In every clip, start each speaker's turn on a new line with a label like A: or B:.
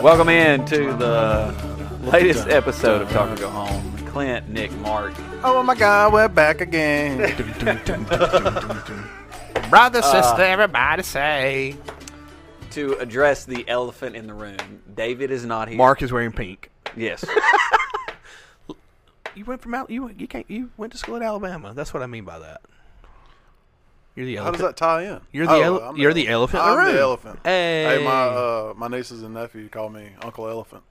A: Welcome in to the latest episode of Talk or Go Home. Clint, Nick, Mark.
B: Oh my God, we're back again. Brother,
C: Uh,
B: sister, everybody say.
A: To address the elephant in the room, David is not here.
B: Mark is wearing pink.
A: Yes.
B: You went from Al- you you can't you went to school in Alabama. That's what I mean by that. You're the
C: How does that
B: elephant.
C: tie in?
B: You're the ele-
C: I'm
B: you're the elephant in the
C: I'm
B: room.
C: the elephant.
B: Hey.
C: my uh, my nieces and nephew call me Uncle Elephant.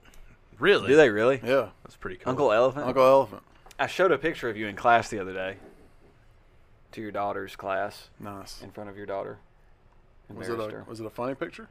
B: Really?
A: Do they really?
C: Yeah,
B: That's pretty cool.
A: Uncle Elephant?
C: Uncle Elephant.
A: I showed a picture of you in class the other day to your daughter's class
C: Nice.
A: in front of your daughter.
C: Was it
A: Embarrassed her.
C: a was it a funny picture?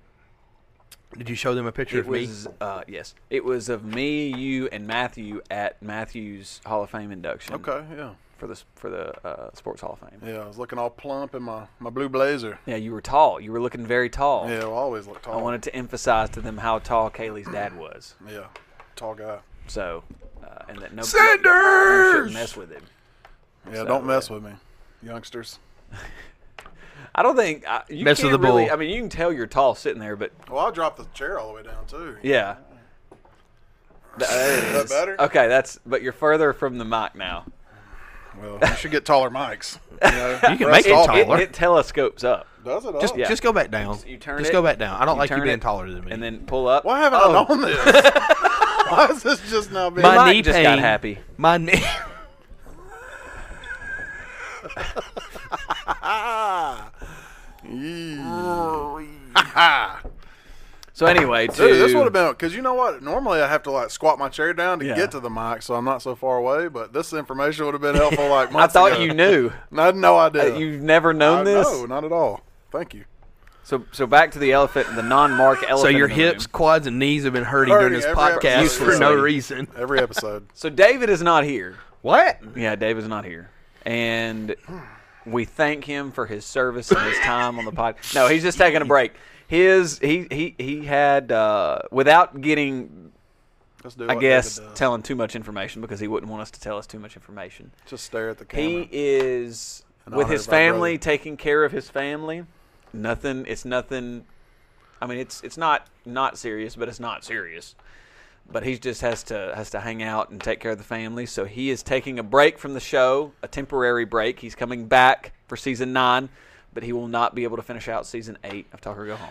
B: Did you show them a picture
A: It
B: of me?
A: was uh, yes. It was of me, you, and Matthew at Matthew's Hall of Fame induction.
C: Okay, yeah,
A: For the s- for the uh, Sports Hall of Fame.
C: yeah. I was looking all plump in my my blue blazer.
A: Yeah, you were tall. You were looking very tall.
C: Yeah, well, I always look
A: I
C: tall.
A: wanted to emphasize to them how tall Kaylee's dad was.
C: yeah, tall guy.
A: So, uh, and that no
B: Sanders!
A: you shouldn't mess with him.
C: Yeah,
A: So,
C: don't mess
A: uh,
C: with me, youngsters.
A: I don't think I, you
B: Mess
A: can't
B: with the
A: really.
B: bull.
A: I mean, you can tell you're tall sitting there, but
C: Well, I'll drop the chair all the way down too.
A: yeah. Th- there it
C: that
A: is.
B: Uh,
C: better?
A: Okay, that's. But you're further from the mic now.
C: Well, you should get taller mics. You, know,
B: You can
C: for
B: make
C: us
B: it
C: all-
B: taller.
A: It telescopes up.
C: Does it?
B: Just
C: Just,
A: yeah.
B: just go back down.
A: You turn
B: just
A: it,
B: go back down. I don't like you
A: turn
B: being
A: it,
B: taller than me.
A: And then pull up.
C: Why haven't
A: Oh,
C: I known this? Why is this just now being?
A: My
B: my
A: mic
B: knee
A: just
B: pain.
A: got happy.
B: My knee.
A: So anyway, to,
C: Dude, this would have been because you know what? Normally I have to like squat my chair down to
A: Yeah.
C: get to the mic, so I'm not so far away. But this information would have been helpful. Like
A: I
C: months
A: thought
C: ago.
A: you knew.
C: I had no
A: Uh,
C: idea.
A: You've never known
C: I,
A: this.
C: No, not at all. Thank you.
A: So, so back to the elephant, the non-mark elephant.
B: So your
A: in the room.
B: hips, quads, and knees have been hurting during
C: Hurting
B: this
C: every-
B: podcast for no
A: Uselessly.
B: reason.
C: Every episode.
A: So David is not here.
B: What?
A: Yeah, David's not here, and we thank him for his service and his time on the pod. No, he's just taking a break. His he he he had uh, without getting,
C: Let's do.
A: I
C: what
A: guess,
C: David does.
A: telling too much information because he wouldn't want us to tell us too much information.
C: Just stare at the camera.
A: He is
C: And
A: with
C: honor
A: his
C: of our brother.
A: family, taking care of his family. Nothing. It's nothing. I mean, it's it's not not serious, but it's not serious. But he just has to has to hang out and take care of the family. So he is taking a break from the show, a temporary break. He's coming back for season nine, but he will not be able to finish out season eight of Talk or Go Home.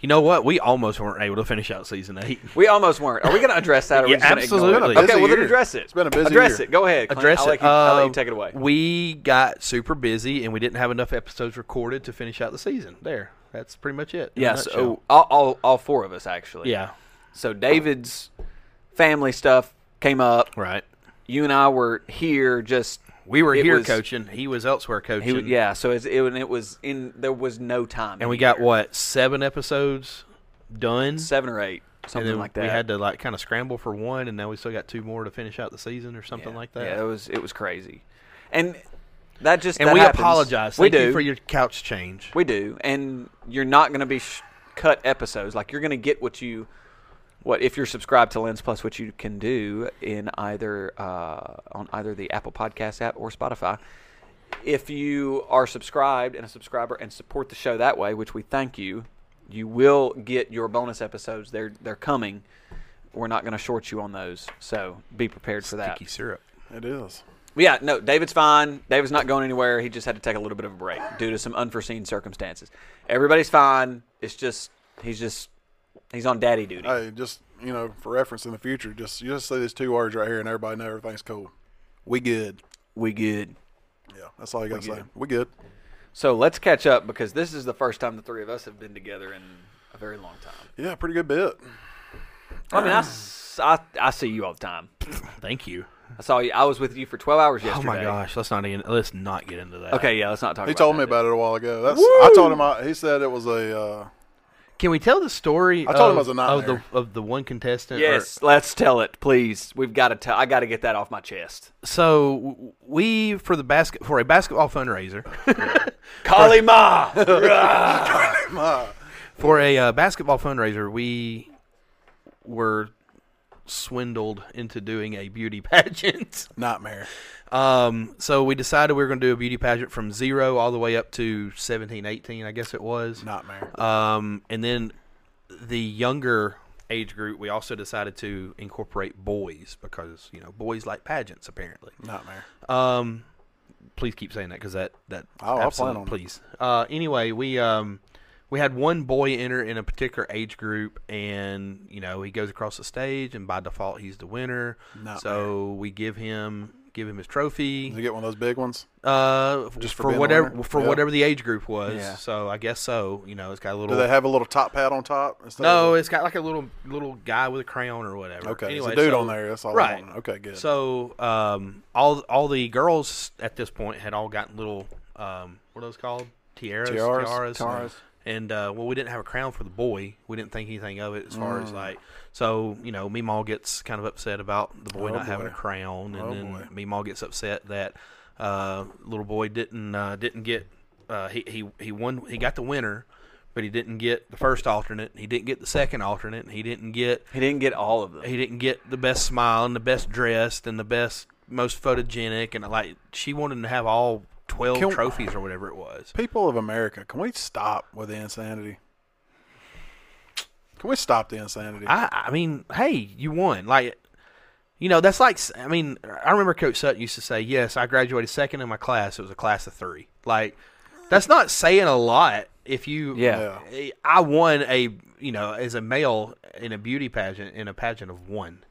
B: You know what? We almost weren't able to finish out season eight.
A: We almost weren't. Are we going to address that? Or
B: Yeah,
A: are we just gonna ignore it?
B: absolutely.
A: Okay,
C: Busy
A: well then
C: year.
A: address it.
C: It's been a busy
A: Address
C: year.
A: it. Go ahead. Clint.
B: Address
A: I'll
B: it.
A: let you- I'll let you
B: Uh,
A: take it away.
B: We got super busy and we didn't have enough episodes recorded to finish out the season. There. That's pretty much it. in a
A: Yeah,
B: nutshell.
A: so all, all, all four of us actually.
B: Yeah.
A: So David's family stuff came up.
B: Right.
A: You and I were here just
B: We were
A: it
B: here
A: was-
B: coaching. He was elsewhere coaching.
A: He, yeah, so it's, it, it was in there was no time. in
B: And we
A: here.
B: got what, seven episodes done?
A: seven or eight,
B: And
A: something
B: then
A: like that.
B: We had to like kind of scramble for one and now we still got two more to finish out the season or something
A: yeah.
B: like that.
A: Yeah, it was it was crazy, and that just
B: and
A: that
B: we
A: happens.
B: apologize.
A: We
B: Thank
A: do
B: you for your couch change.
A: we do, and you're not going to be sh- cut episodes. Like you're going to get what you what if you're subscribed to Lens Plus, what you can do in either uh, on either the Apple Podcast app or Spotify. if you are subscribed and a subscriber and support the show that way, which we thank you, you will get your bonus episodes. They're they're coming. We're not going to short you on those, so be prepared for that.
B: Sticky syrup.
C: it is.
A: But yeah, no, David's fine. David's not going anywhere. He just had to take a little bit of a break due to some unforeseen circumstances. Everybody's fine. It's just he's just he's on daddy duty.
C: Hey, just you know, for reference in the future, just you just say these two words right here, and everybody know everything's cool. We good.
A: We good.
C: Yeah, that's all you gotta say. We good.
A: So let's catch up because this is the first time the three of us have been together in a very long time.
C: Yeah, pretty good bit.
A: I mean, I s I I I see you all the time.
B: Thank you.
A: I saw you. I was with you for 12 hours yesterday.
B: Oh my gosh, let's not even let's not get into that.
A: Okay, yeah, let's not talk
C: He
A: about
C: told
A: that,
C: me
A: dude.
C: about it a while ago. That's I told him. I, he said it was a. Uh,
B: Can we tell the story?
C: I told him
B: of,
C: I was a
B: of the
C: nightmare.
B: of the one contestant. or-
A: Yes, let's tell it, please. We've got to tell. I got to get that off my chest.
B: so w- we for the basket for a basketball fundraiser
A: Kali
B: ah!
A: Ma.
B: for a uh, basketball fundraiser we were swindled into doing a beauty pageant.
C: Nightmare.
B: Um, so we decided we were going to do a beauty pageant from zero all the way up to 17, 18, I guess it was.
C: Nightmare.
B: Um, and then the younger age group, we also decided to incorporate boys because, you know, boys like pageants apparently.
C: Nightmare.
B: Um, please keep saying that because that that
C: Oh, I'll plan
B: absolute-
C: on it.
B: please. Uh, anyway, we um we had one boy enter in a particular age group, and you know he goes across the stage, and by default he's the winner.
C: Not
B: so we give him give him his
C: Did
B: trophy.
C: you get one of those big ones?
B: Uh,
C: Just for
B: for,
C: being the
B: whatever
C: winner?
B: for
C: Yeah.
B: whatever the age group was.
C: Yeah.
B: So I guess so. You know, it's got a
C: Do
B: little.
C: they have a little top hat on top? Instead
B: oh. no,
C: Of
B: it's got like a little little guy with a crown or whatever.
C: a, okay.
B: anyway,
C: it's a dude
B: so-
C: on there. That's all.
B: right.
C: Right. Okay. Good.
B: so um, all all the girls at this point had all gotten little um, what are those called? Tiaras,
C: Tiaras,
A: tiaras.
B: And uh, well, we didn't have a crown for the boy. We didn't think anything of it as far as like. So you know, Meemaw gets kind of upset about the boy
C: Oh,
B: not having a
C: boy.
B: crown, and
C: Oh,
B: then
C: boy.
B: Meemaw gets upset that uh, little boy didn't uh, didn't get uh, he he he won he got the winner, but he didn't get the first alternate. He didn't get the second alternate. and He didn't get
A: he didn't get all of them.
B: he didn't get the best smile and the best dressed and the best most photogenic and like she wanted to have all 12
C: Can-
B: trophies or whatever it was
C: people of America, can we stop with the insanity? Can we stop the insanity?
B: i i mean hey you won like you know that's like s- i mean i remember coach sutton used to say yes i graduated second in my class it was a class of three like that's not saying a lot if you
A: Yeah.
B: i won a you know as a male in a beauty pageant in a pageant of one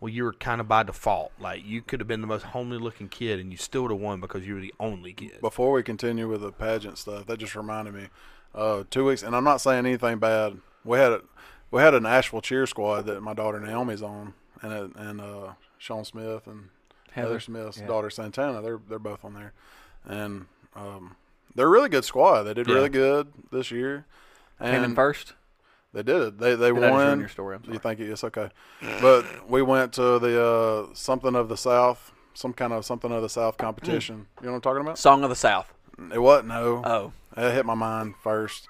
B: well, you were kind of by default. Like you could have been the most homely looking kid, and you still would have won because you were the only kid.
C: Before we continue with the pageant stuff, that just reminded me. Uh, two weeks, and I'm not saying anything bad. We had a, we had an Asheville cheer squad that my daughter Naomi's on, and uh, and uh, Sean Smith and
A: Heather.
C: Heather, Smith's
A: Yeah.
C: daughter Santana. They're they're both on there, and um, they're a really good squad. They did
B: Yeah.
C: really good this year. And
A: Came in first.
C: They did it. They they
A: Did I just
C: won.
A: ruin your story? I'm
C: You think it's okay? But we went to the uh, something of the South, some kind of something of the South competition.
A: Mm.
C: You know what I'm talking about?
A: Song of the South.
C: It wasn't no.
A: Oh.
C: It hit my mind first,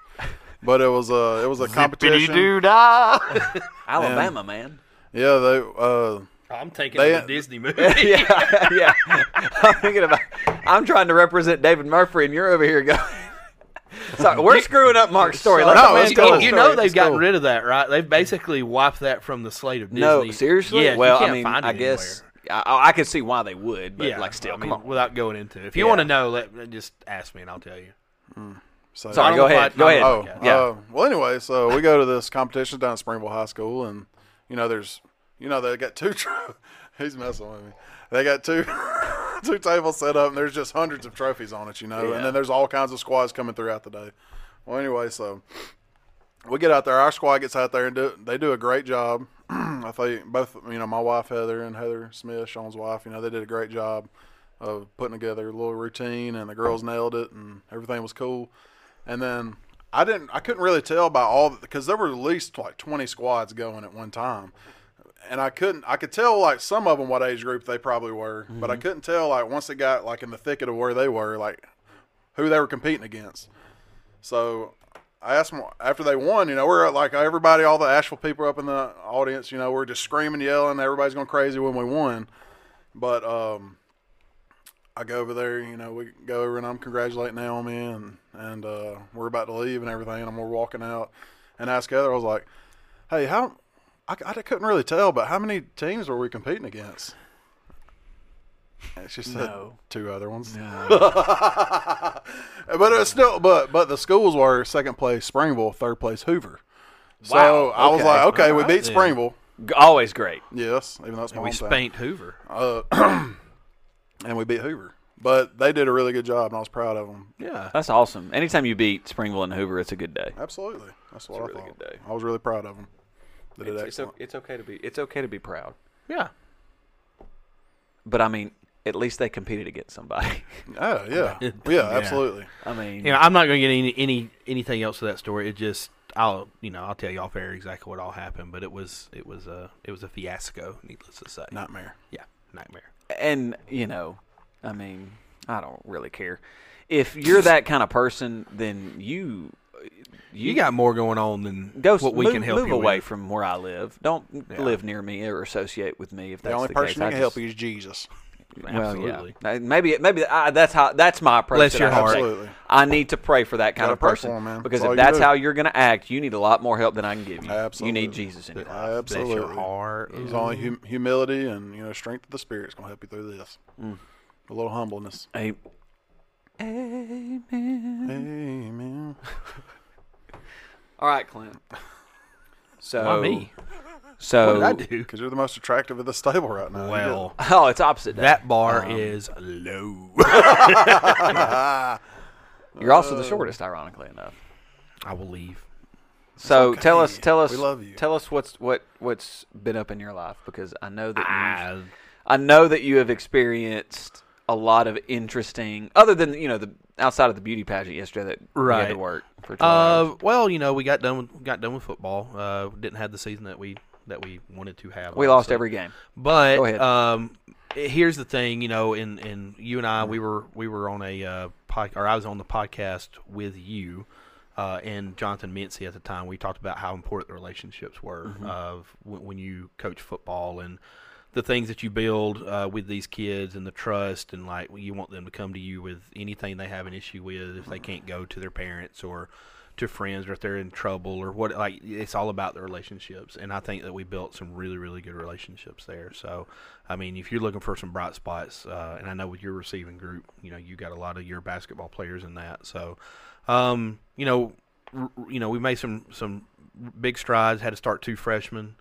C: but it was a it was a competition.
A: Alabama, man.
C: Yeah, they uh,
B: I'm taking
C: They- the
B: Disney movie.
A: yeah, yeah. I'm thinking about. I'm trying to represent David Murphy, and you're over here going. Sorry, we're screwing up Mark's story. Let
C: No,
A: the man
C: it's
A: tell
C: Oh, cool.
A: his
B: you
A: story.
B: know they've gotten
C: cool.
B: rid of that, right? They've basically wiped that from the slate of Disney.
A: No, seriously.
B: Yeah, you
A: well, I
B: can't
A: mean,
B: find it
A: I guess
B: anywhere.
A: I, I can see why they would, but
B: yeah,
A: like, still,
B: I
A: come
B: mean,
A: on.
B: Without going into it, if you
A: Yeah.
B: want to know, let, let- just ask me and I'll tell you.
C: so-
A: Sorry,
B: I
A: go
B: don't
A: ahead.
B: like-
A: Go
B: I
A: ahead.
B: don't
C: Oh,
B: like it.
A: yeah.
C: Uh, well, anyway, so we go to this competition down at Springville High School, and you know, there's, you know, they got two. Tro- he's messing with me. They got two, two tables set up, and there's just hundreds of trophies on it, you know. And then there's all kinds of squads coming throughout the day. Well, anyway, so we get out there. Our squad gets out there and do, they do a great job. I think both, you know, my wife Heather and Heather Smith, Sean's wife, you know, they did a great job of putting together a little routine, and the girls nailed it, and everything was cool. And then I didn't, I couldn't really tell by all because there were at least like twenty squads going at one time, and I couldn't, I could tell like some of them what age group they probably were, but I couldn't tell like once it got like in the thicket of where they were, like who they were competing against. So I asked them after they won, you know, we're at, like everybody, all the Asheville people up in the audience, you know, we're just screaming, yelling, everybody's going crazy when we won. But um, I go over there, you know, we go over and I'm congratulating Naomi and, and uh, we're about to leave and everything. And we're walking out and I ask Heather, I was like, hey, how, I, I couldn't really tell, but how many teams were we competing against? And she said
A: No.
C: two other ones. but it was still, but but the schools were second place Springville, third place Hoover. So
A: Wow,
C: I was
A: okay.
C: like, okay, we
B: Alright
C: beat
B: then.
C: Springville.
A: G- Always great.
C: Yes, even though it's my
B: We
C: hometown.
B: spanked Hoover.
A: Uh,
C: Uh, and we beat Hoover. But they did a really good job, and I was proud of them.
B: yeah,
A: That's awesome. Anytime you beat Springville and Hoover, it's a good day.
C: Absolutely, that's what I
A: really
C: thought.
A: good day.
C: I was really proud of them. They did
A: It's, it's, o-
C: excellent.
A: it's okay to be. It's okay to be proud.
B: yeah.
A: But I mean, at least they competed against somebody.
C: Oh yeah, yeah, absolutely.
A: I mean,
B: You know, I'm not going to get any, any anything else to that story. It just I'll you know I'll tell you off air exactly what all happened, but it was it was a it was a fiasco, needless to say.
C: Nightmare.
B: Yeah, nightmare.
A: and you know, I mean, I don't really care. If you're that kind of person, then you
B: You, got more going on than
A: go s-
B: what we
A: move,
B: can help
A: move
B: you
A: away
B: with.
A: from where I live. Don't live near me or associate with me if
C: The
A: that's
C: only
A: the
C: person
A: case.
C: that
A: I
C: can help
A: just-
C: you is Jesus.
A: Well,
B: Absolutely.
A: yeah. Uh, Maybe maybe I, that's how that's my approach.
B: Bless
A: that
B: your
A: I have.
B: heart.
C: Absolutely.
A: I need to pray for that kind
C: Gotta
A: of
C: pray
A: person
C: for 'em, man.
A: because
C: That's all
A: if
C: you
A: that's
C: do.
A: how you're going to act, you need a lot more help than I can give you. You
C: Absolutely.
A: need Jesus in your life.
C: Absolutely.
B: Bless your heart.
C: It's only hum- humility and you know strength of the spirit is gonna help you through this. A little humbleness.
A: A- Amen.
C: Amen.
A: All right, Clint. So
B: Why me?
A: So
B: What did I do?
C: Because you're the most attractive of the stable right now. You
B: Well,
A: Oh, it's opposite. Day.
B: that um, bar is low.
A: You're also
B: Uh,
A: the shortest, ironically enough.
B: I will leave.
A: So tell us, tell us,
C: We love you.
A: tell us what's what what's been up in your life because I know that you,
B: I,
A: I know that you have experienced a lot of interesting, other than you know the outside of the beauty pageant yesterday that you had to
B: Right.
A: work for. 12 hours.
B: uh, well, you know, we got done with, got done with football. Uh, didn't have the season that we that we wanted to have.
A: We lost
B: obviously.
A: every game.
B: But
A: Go ahead.
B: um, here's the thing, you know, in in you and I, we were we were on a uh, pod, or I was on the podcast with you uh, and Jonathan Mincy at the time. We talked about how important the relationships were
A: Mm-hmm.
B: of when, when you coach football and the things that you build uh, with these kids and the trust and like you want them to come to you with anything they have an issue with if they can't go to their parents or to friends or if they're in trouble or what like it's all about the relationships and i think that we built some really really good relationships there so i mean if you're looking for some bright spots uh, and i know with your receiving group you know you got a lot of your basketball players in that so um, you know r- r- you know we made some some big strides had to start two freshmen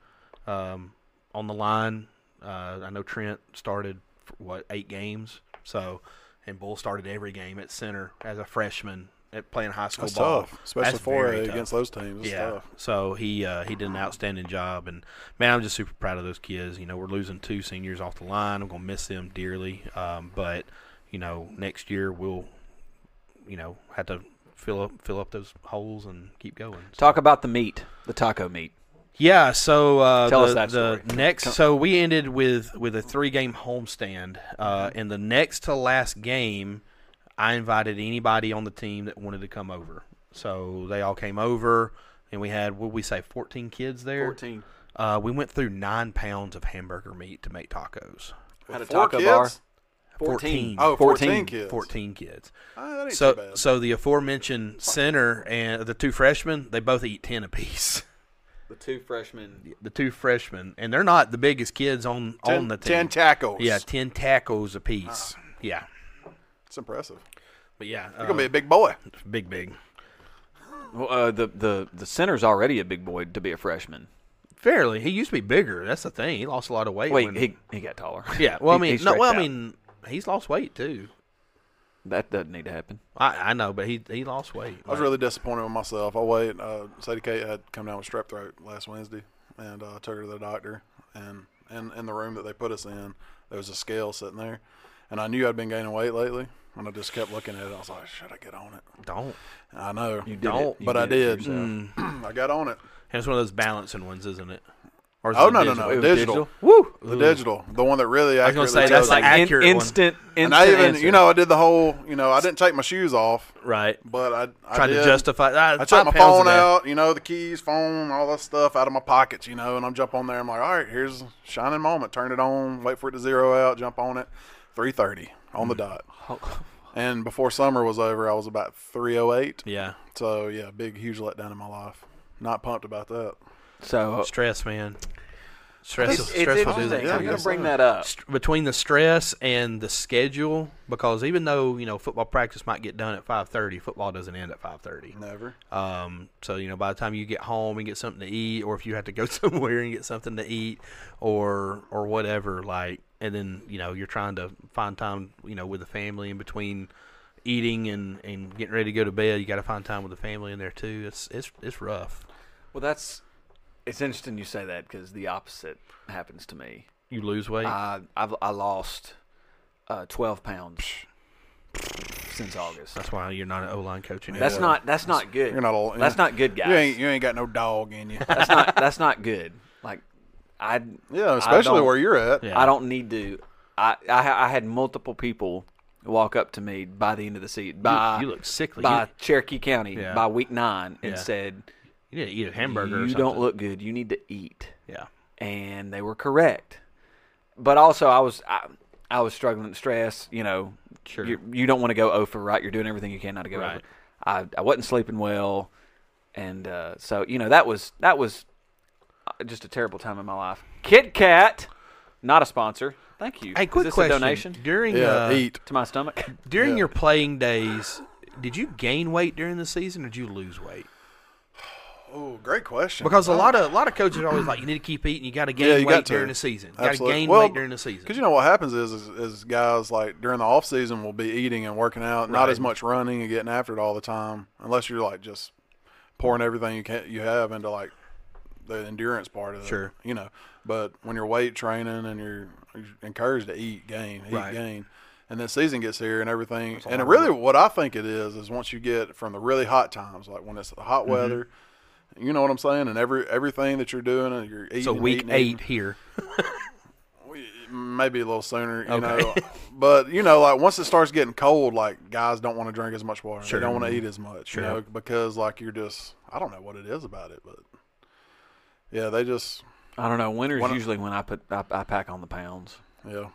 B: um, on the line uh, i know trent started for, what eight games so and bull started every game at center as a freshman at playing high school
C: That's
B: ball
C: tough, especially
B: That's
C: for
B: very
C: a
B: tough.
C: against those teams. It's
B: Yeah.
C: tough.
B: So he uh, he did an outstanding job, and man, I'm just super proud of those kids. You know, we're losing two seniors off the line. I'm gonna miss them dearly. Um, but you know, next year we'll you know have to fill up fill up those holes and keep going. So-
A: Talk about the meat, the taco meat.
B: yeah, so uh,
A: Tell
B: the,
A: us that
B: the
A: story.
B: next, so we ended with with a three game homestand, uh, and the next to last game, I invited anybody on the team that wanted to come over. So they all came over, and we had what did we say, fourteen kids there. Uh, we went through nine pounds of hamburger meat to make tacos.
A: Had a
C: Four
A: taco
C: kids?
A: bar.
B: 14.
C: Oh, 14,
A: 14,
C: kids.
B: 14 kids.
C: Ah, that ain't
B: so,
C: too bad.
B: so the aforementioned center and the two freshmen, they both eat ten apiece.
A: The two freshmen.
B: the two freshmen, and they're not the biggest kids on on
C: ten,
B: the team.
C: ten tackles.
B: yeah, ten tackles apiece. Yeah,
C: it's impressive.
B: but yeah,
C: You're gonna be
B: uh,
C: a big boy.
B: big, big,
A: Well, uh, the the the center's already a big boy to be a freshman.
B: fairly. He used to be bigger. That's the thing. He lost a lot of weight.
A: Wait,
B: when-
A: he he got taller.
B: yeah. Well, I
A: He- he
B: mean, no. Well,
A: stretched
B: I
A: out.
B: mean, he's lost weight too.
A: that doesn't need to happen.
B: I, I know, but he he lost weight.
C: I was
B: Like,
C: really disappointed with myself. I wait. Uh, Sadie Kate had come down with strep throat last Wednesday, and uh, I took her to the doctor. And in, in the room that they put us in, there was a scale sitting there, and I knew I'd been gaining weight lately. And I just kept looking at it. I was like, "Should I get on it?"
B: don't.
C: And I know you
A: did it.
B: Don't,
A: You
C: but I
A: it
C: did. Mm.
A: yourself.
C: I got on it.
B: And it's one of those balancing ones, isn't it? Or is
C: Oh
B: it
C: no, no,
B: digital?
C: no,
A: It was
C: digital.
A: digital?
B: Woo!
C: The digital, the one that really
B: was gonna
C: accurately
B: say,
C: tells
B: that's
C: you.
B: like-
A: In-
B: accurate one.
A: instant,
C: And I
A: instant
C: even,
A: answer.
C: you know, I did the whole, you know, I didn't take my shoes off,
B: Right.
C: but I, I
B: Trying to
C: did.
B: justify. Ah,
C: I
B: five
C: took my
B: pounds of
C: phone
B: that.
C: out, you know, the keys, phone, all that stuff out of my pockets, you know, and I'm jump on there. I'm like, all right, here's a shining moment. Turn it on, wait for it to zero out, jump on it. 3:30 on the dot. And before summer was over, I was about 308.
B: Yeah.
C: So yeah, big huge letdown in my life. Not pumped about that.
A: So
B: Stress, man. Stress.
A: it's, it's
B: stress will do
A: interesting.
B: that to
C: Yeah,
A: I'm
B: you.
A: going to
C: yes,
A: bring
C: sir.
A: that up.
B: st- between the stress and the schedule because even though you know football practice might get done at 5.30 football doesn't end at 5.30
C: Never.
B: um, so you know by the time you get home and get something to eat or if you have to go somewhere and get something to eat or or whatever like and then you know you're trying to find time you know with the family in between eating and and getting ready to go to bed you got to find time with the family in there too it's it's it's rough
A: Well, that's it's interesting you say that because the opposite happens to me.
B: you lose weight
A: I I've, I lost uh, 12 pounds off since August.
B: That's why you're not an O line coach anymore.
A: That's not that's not good.
C: You're not all.
A: That's not good, guys.
C: You ain't you ain't got no dog in you.
A: that's not that's not good. Like I
C: yeah, especially
A: don't-
C: where you're at.
B: Yeah.
A: I don't need to. I, I I had multiple people walk up to me by the end of the season by
B: you look sickly.
A: by
B: You-
A: Cherokee County
B: Yeah.
A: by week nine and
B: Yeah.
A: said
B: You need to eat a hamburger. or
A: you
B: something.
A: don't look good. You need to eat.
B: Yeah.
A: and they were correct. But also, I was I, I was struggling with stress. You know,
B: Sure.
A: you, you don't want to go over, right? You're doing everything you can not to go over.
B: Right.
A: I I wasn't sleeping well, and uh, so you know that was that was uh, just a terrible time in my life. Kit Kat, not a sponsor. Thank you.
B: Hey,
A: Is
B: quick
A: this a
B: question.
A: donation
B: During
C: Yeah,
B: uh,
C: eat.
A: to my stomach.
B: during
C: Yeah.
B: your playing days, did you gain weight during the season or did you lose weight?
C: Oh, great question.
B: Because a lot of a lot of coaches are always like, you need to keep eating. You got to gain
C: Yeah, you
B: weight
C: got to.
B: during the season. You got to
C: Absolutely.
B: gain
C: Well,
B: weight during the season.
C: Because you know what happens is, is is guys like during the off season will be eating and working out, not
B: Right.
C: as much running and getting after it all the time, unless you're like just pouring everything you can you have into like the endurance part of it.
B: Sure.
C: you know. But when you're weight training and you're you're encouraged to eat, gain, eat,
B: Right.
C: gain. And then season gets here and everything, and really what I think it is is once you get from the really hot times, like when it's the hot
B: Mm-hmm.
C: weather, you know what I'm saying, and every everything that you're doing, and you're eating.
B: so
C: and
B: week
C: eating, eating,
B: eight here.
C: maybe a little sooner, you
B: Okay.
C: know. But you know, like once it starts getting cold, like guys don't want to drink as much water.
B: Sure.
C: They don't want to eat as much,
B: Sure.
C: you know, because like you're just I don't know what it is about it, but yeah, they just
A: I don't know. Winter's
C: One of-
A: usually when I put I, I pack on the pounds
C: yeah.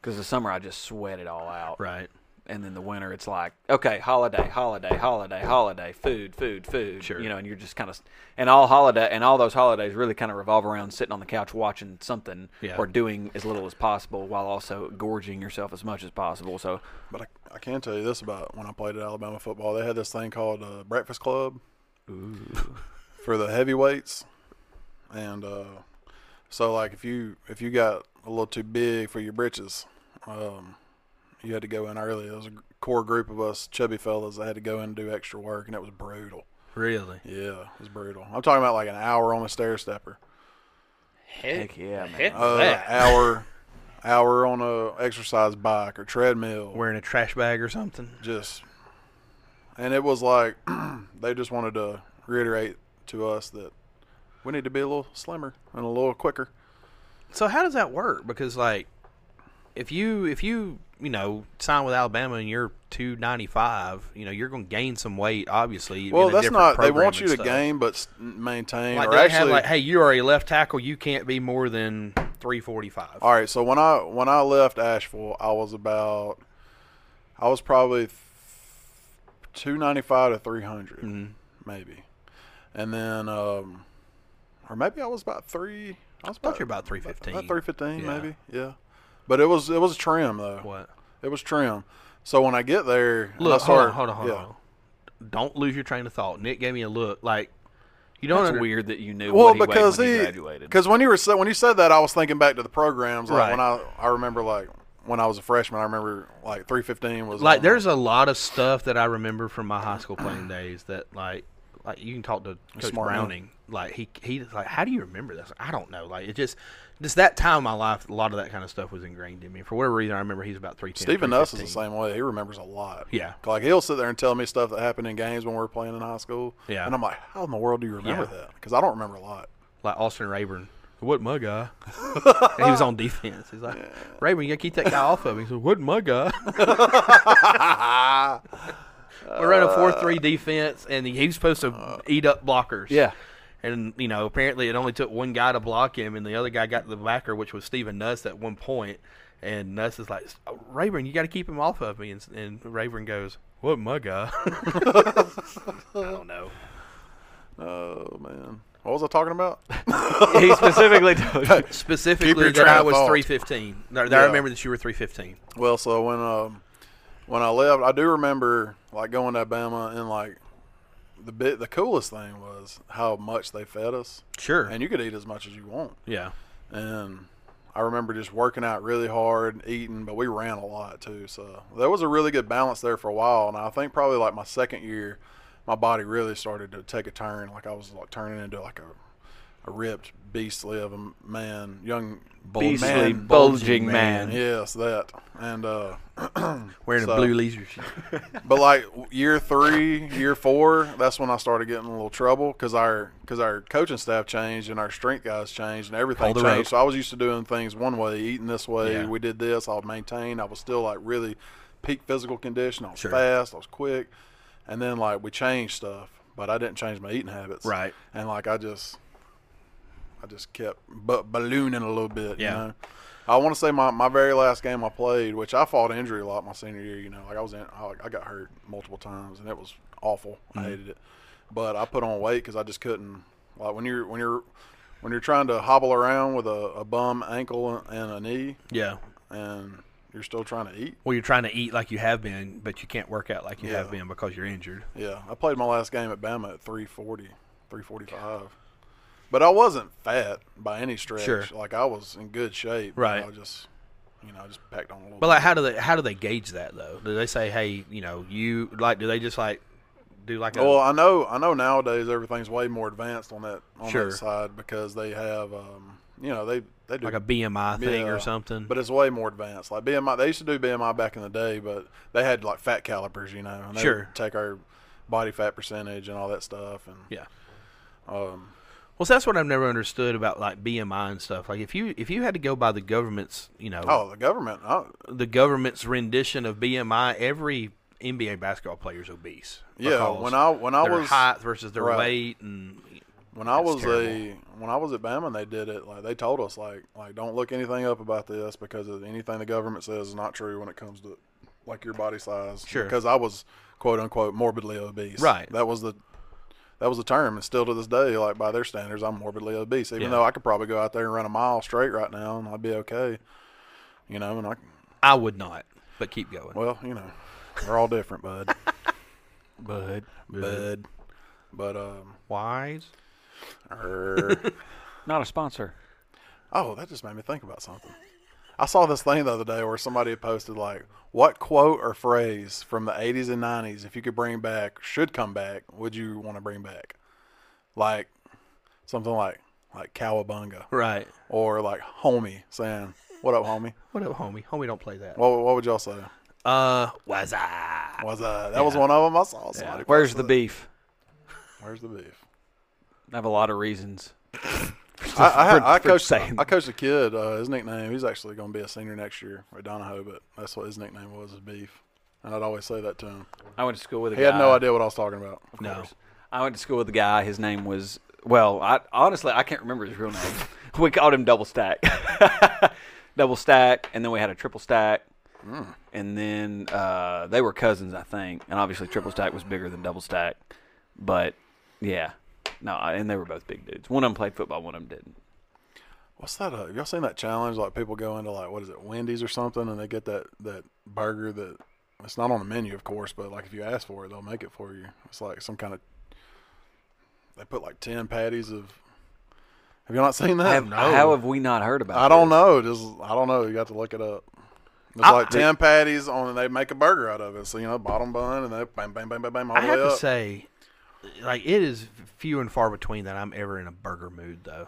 A: because the summer I just sweat it all out.
B: Right.
A: and then the winter it's like okay holiday holiday holiday holiday food food food
B: Sure.
A: you know and you're just kind of and all holiday and all those holidays really kind of revolve around sitting on the couch watching something
B: Yeah.
A: or doing as little as possible while also gorging yourself as much as possible so
C: But I, I can tell you this about when I played at Alabama football, they had this thing called uh, Breakfast Club for the heavyweights, and uh, so like if you if you got a little too big for your britches, um, you had to go in early. There was a core group of us chubby fellas that had to go in and do extra work, and it was brutal.
B: Really.
C: Yeah, it was brutal. I'm talking about like an hour on a stair stepper,
A: heck yeah man
C: uh, hour, hour on a exercise bike or treadmill.
B: Wearing a trash bag or something.
C: just and it was like they just wanted to reiterate to us that we need to be a little slimmer and a little quicker
B: So how does that work? Because like, if you if you you know sign with Alabama and you're two ninety five, you know you're going to gain some weight. Obviously.
C: well
B: in a
C: that's
B: different
C: not they
B: program
C: want
B: and
C: you to
B: stuff.
C: gain but s- maintain
B: Like
C: or
B: they have
C: actually
B: like, hey, you are a left tackle. You can't be more than three forty five.
C: all right so when i when i left asheville i was about i was probably th- 295 to 300
B: Mm-hmm.
C: maybe and then um or maybe i was about three i was
B: I thought
C: about,
B: you're about three fifteen.
C: about 315
B: Yeah.
C: maybe yeah but it was it was trim though
B: What?
C: It was trim. So when I get there, and I
B: Look,
C: start,
B: hold on, hold on, hold
C: yeah.
B: on. Don't lose your train of thought. Nick gave me a look. Like you don't.
A: it's
B: Under-
A: weird that you knew
C: Well,
A: what he weighed
C: because
A: when he
C: he,
A: graduated
C: because when you were sa- when you said that, I was thinking back to the programs. Like
B: Right.
C: when I I remember like when I was a freshman, I remember like three fifteen was
B: Like
C: on-
B: there's a lot of stuff that I remember from my high school playing days that like like you can talk to Coach
C: Smart, huh?
B: Browning. Like he he's like, how do you remember this? I don't know. Like it just just that time of my life, a lot of that kind of stuff was ingrained in me. For whatever reason, I remember he's about three.
C: Stephen Nuss is the same way. He remembers a lot.
B: Yeah.
C: like he'll sit there and tell me stuff that happened in games when we were playing in high school.
B: Yeah.
C: and I'm like, how in the world do you remember
B: Yeah.
C: that? Because I don't remember a lot.
B: Like Austin Rayburn. What my guy? and he was on defense. He's like, Rayburn, you gotta keep that guy off of me. He said, What my guy? we ran a four three defense, and he was supposed to eat up blockers.
A: yeah
B: And you know, apparently it only took one guy to block him, and the other guy got the backer, which was Steven Nuss at one point. And Nuss is like, Rayburn, you got to keep him off of me. And, and Rayburn goes, "What my guy?" I don't know.
C: Oh man, what was I talking about?
A: he specifically told you
B: Specifically, that
C: train
B: I
C: of
B: was
C: thought.
B: three fifteen. I
C: Yeah.
B: remember that you were three fifteen.
C: Well, so when um when I left, I do remember like going to Alabama and like the bit the coolest thing was how much they fed us,
B: Sure.
C: and you could eat as much as you want.
B: yeah.
C: And I remember just working out really hard, eating, but we ran a lot too. So there was a really good balance there for a while, and I think probably like my second year, my body really started to take a turn. Like I was like turning into like a a ripped beastly of a m- man, young
B: Bulging
A: Beastly, bulging
C: man.
B: bulging
A: man.
B: man.
C: Yes, that. And uh,
B: Wearing
C: So-
B: a blue leisure suit.
C: but like year three, year four, that's when I started getting in a little trouble because our because our coaching staff changed and our strength guys changed and everything
B: Called the
C: changed.
B: rope.
C: So I was used to doing things one way, eating this way.
B: Yeah.
C: We did this. I maintained. I was still like really peak physical condition. I was fast. I was quick. And then like we changed stuff, but I didn't change my eating habits.
B: Right.
C: And like I just, I just kept bu- ballooning a little bit.
B: Yeah.
C: You know? I want to say my, my very last game I played, which I fought injury a lot my senior year. You know, like I was in, I, I got hurt multiple times, and it was awful. I hated it, but I put on weight because I just couldn't. Like when you're when you're when you're trying to hobble around with a, a bum ankle and a knee,
B: Yeah.
C: and you're still trying to eat.
B: Well, you're trying to eat like you have been, but you can't work out like you have
C: Yeah.
B: been because you're injured.
C: Yeah, I played my last game at Bama at 340, 345. But I wasn't fat by any stretch.
B: Sure.
C: Like I was in good shape. but
B: Right.
C: I just, you know, I just packed on a little.
B: But like, how do they how do they gauge that though? Do they say, hey, you know, you like? Do they just like do like a
C: Well, I know, I know nowadays everything's way more advanced on that on
B: Sure.
C: that side because they have, um, you know, they they do
B: like a BMI thing
C: Yeah,
B: or something?
C: But it's way more advanced. Like BMI, they used to do BMI back in the day, but they had like fat calipers, you know, and they
B: Sure.
C: would take our body fat percentage and all that stuff. And
B: yeah.
C: um,
B: Well, so that's what I've never understood about like BMI and stuff. Like if you if you had to go by the government's, you know,
C: oh, the government, oh,
B: the government's rendition of BMI, every NBA basketball player is obese.
C: Yeah,
B: because
C: when I- when I
B: their
C: was-
B: height versus their
C: right.
B: weight and
C: when I
B: That's
C: was a
B: terrible.
C: when I was at Bama and they did it, like they told us like like don't look anything up about this because of anything the government says is not true when it comes to like your body size.
B: Sure.
C: Because I was quote unquote morbidly obese.
B: Right.
C: That was the that was the term, and still to this day, like by their standards, I'm morbidly obese. Even
B: Yeah.
C: though I could probably go out there and run a mile straight right now, and I'd be okay. You know, and I
B: I would not. But keep going.
C: well, you know, we're all different, bud,
A: Bud.
C: bud. But um,
B: Wise.
C: er,
A: Not a sponsor.
C: Oh, that just made me think about something. I saw this thing the other day where somebody had posted like, "What quote or phrase from the '80s and '90s, if you could bring back, should come back, would you want to bring back?" Like something like like "cowabunga"
B: Right.
C: or like "homie" saying, "What up, homie?"
B: What up, homie? Homie, don't play that.
C: What what would y'all say?
B: Uh, was I?
C: Was uh, that was one of them I saw. Somebody
A: Where's the
C: posted.
A: beef?
C: Where's the beef?
A: I have a lot of reasons.
C: I, I,
A: for-
C: I
A: for
C: coached.
A: saying-
C: I coached a kid. Uh, his nickname. He's actually going to be a senior next year at Donahoe, but that's what his nickname was. Is beef. And I'd always say that to him.
A: I went to school with a
C: He
A: guy.
C: had no idea what I was talking about.
B: No.
A: I went to school with a guy. His name was well. I honestly I can't remember his real name. we called him Double Stack. double Stack, and then we had a Triple Stack,
C: Hmm.
A: and then uh, they were cousins, I think. And obviously, Triple Stack was bigger than Double Stack, but yeah, no, I- and they were both big dudes. One of them played football, one of them didn't.
C: What's that? Uh, y'all seen that challenge? Like people go into like what is it, Wendy's or something, and they get that that burger that it's not on the menu, of course, but like if you ask for it, they'll make it for you. It's like some kind of they put like ten patties of. Have you not seen that?
A: Have- How have we not heard about?
C: Oh, I don't
A: this?
C: know. Just I don't know. You got to look it up. It's
B: I-
C: like ten patties on, and they make a burger out of it. So you know, bottom bun, and they bam, bam, bam, bam, bam. All
B: I
C: the
B: have
C: way
B: to
C: up.
B: say, like it is few and far between that I'm ever in a burger mood though.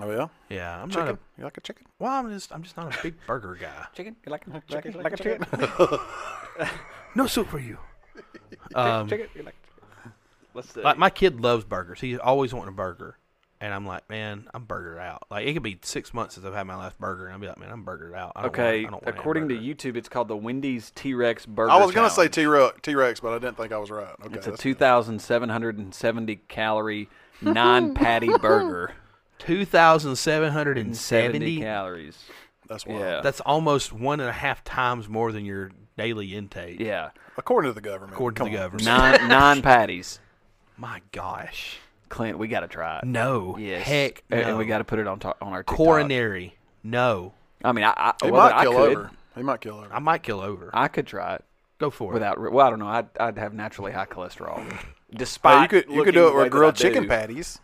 C: oh yeah,
B: Yeah, I'm not
C: chicken.
B: a.
C: You like a chicken?
B: Well, I'm just I'm just not a big burger guy.
A: Chicken, you like, like, like a chicken,
B: No soup for you. Um,
A: chicken, you like. Let's see.
B: Like my kid loves burgers. He's always wanting a burger, and I'm like, man, I'm burgered out. Like it could be six months since I've had my last burger, and I'll be like, man, I'm burgered out. I don't
A: Okay,
B: want, I don't want
A: according to
B: hamburger.
A: YouTube, it's called the Wendy's T Rex Burger.
C: I was gonna say
A: Challenge.
C: T Rex, T Rex, but I didn't think I was right. Okay,
A: It's a
C: that's-
A: 2,770 calorie, non patty burger. 70
B: 2,770.
A: calories.
C: That's why.
A: Yeah.
B: That's almost one and a half times more than your daily intake.
A: Yeah.
C: According to the government.
B: According
C: Come
B: to the
C: on.
B: government.
A: Nine, nine patties.
B: My gosh.
A: Clint, we got to try it.
B: No.
A: Yes.
B: Heck.
A: A-
B: No.
A: And, we got to put it on, to- on our TikTok.
B: coronary. No.
A: I mean, I, I,
C: He
A: Oh, well,
C: might kill
A: I could.
C: over. He might kill over.
B: I might kill over.
A: I could try it
B: Go for it.
A: without. re- Well, I don't know. I'd, I'd have naturally high cholesterol. Despite
C: Hey, you could you could
A: looking the
C: do it
A: way
C: with
A: that I
C: grilled chicken
A: do.
C: patties,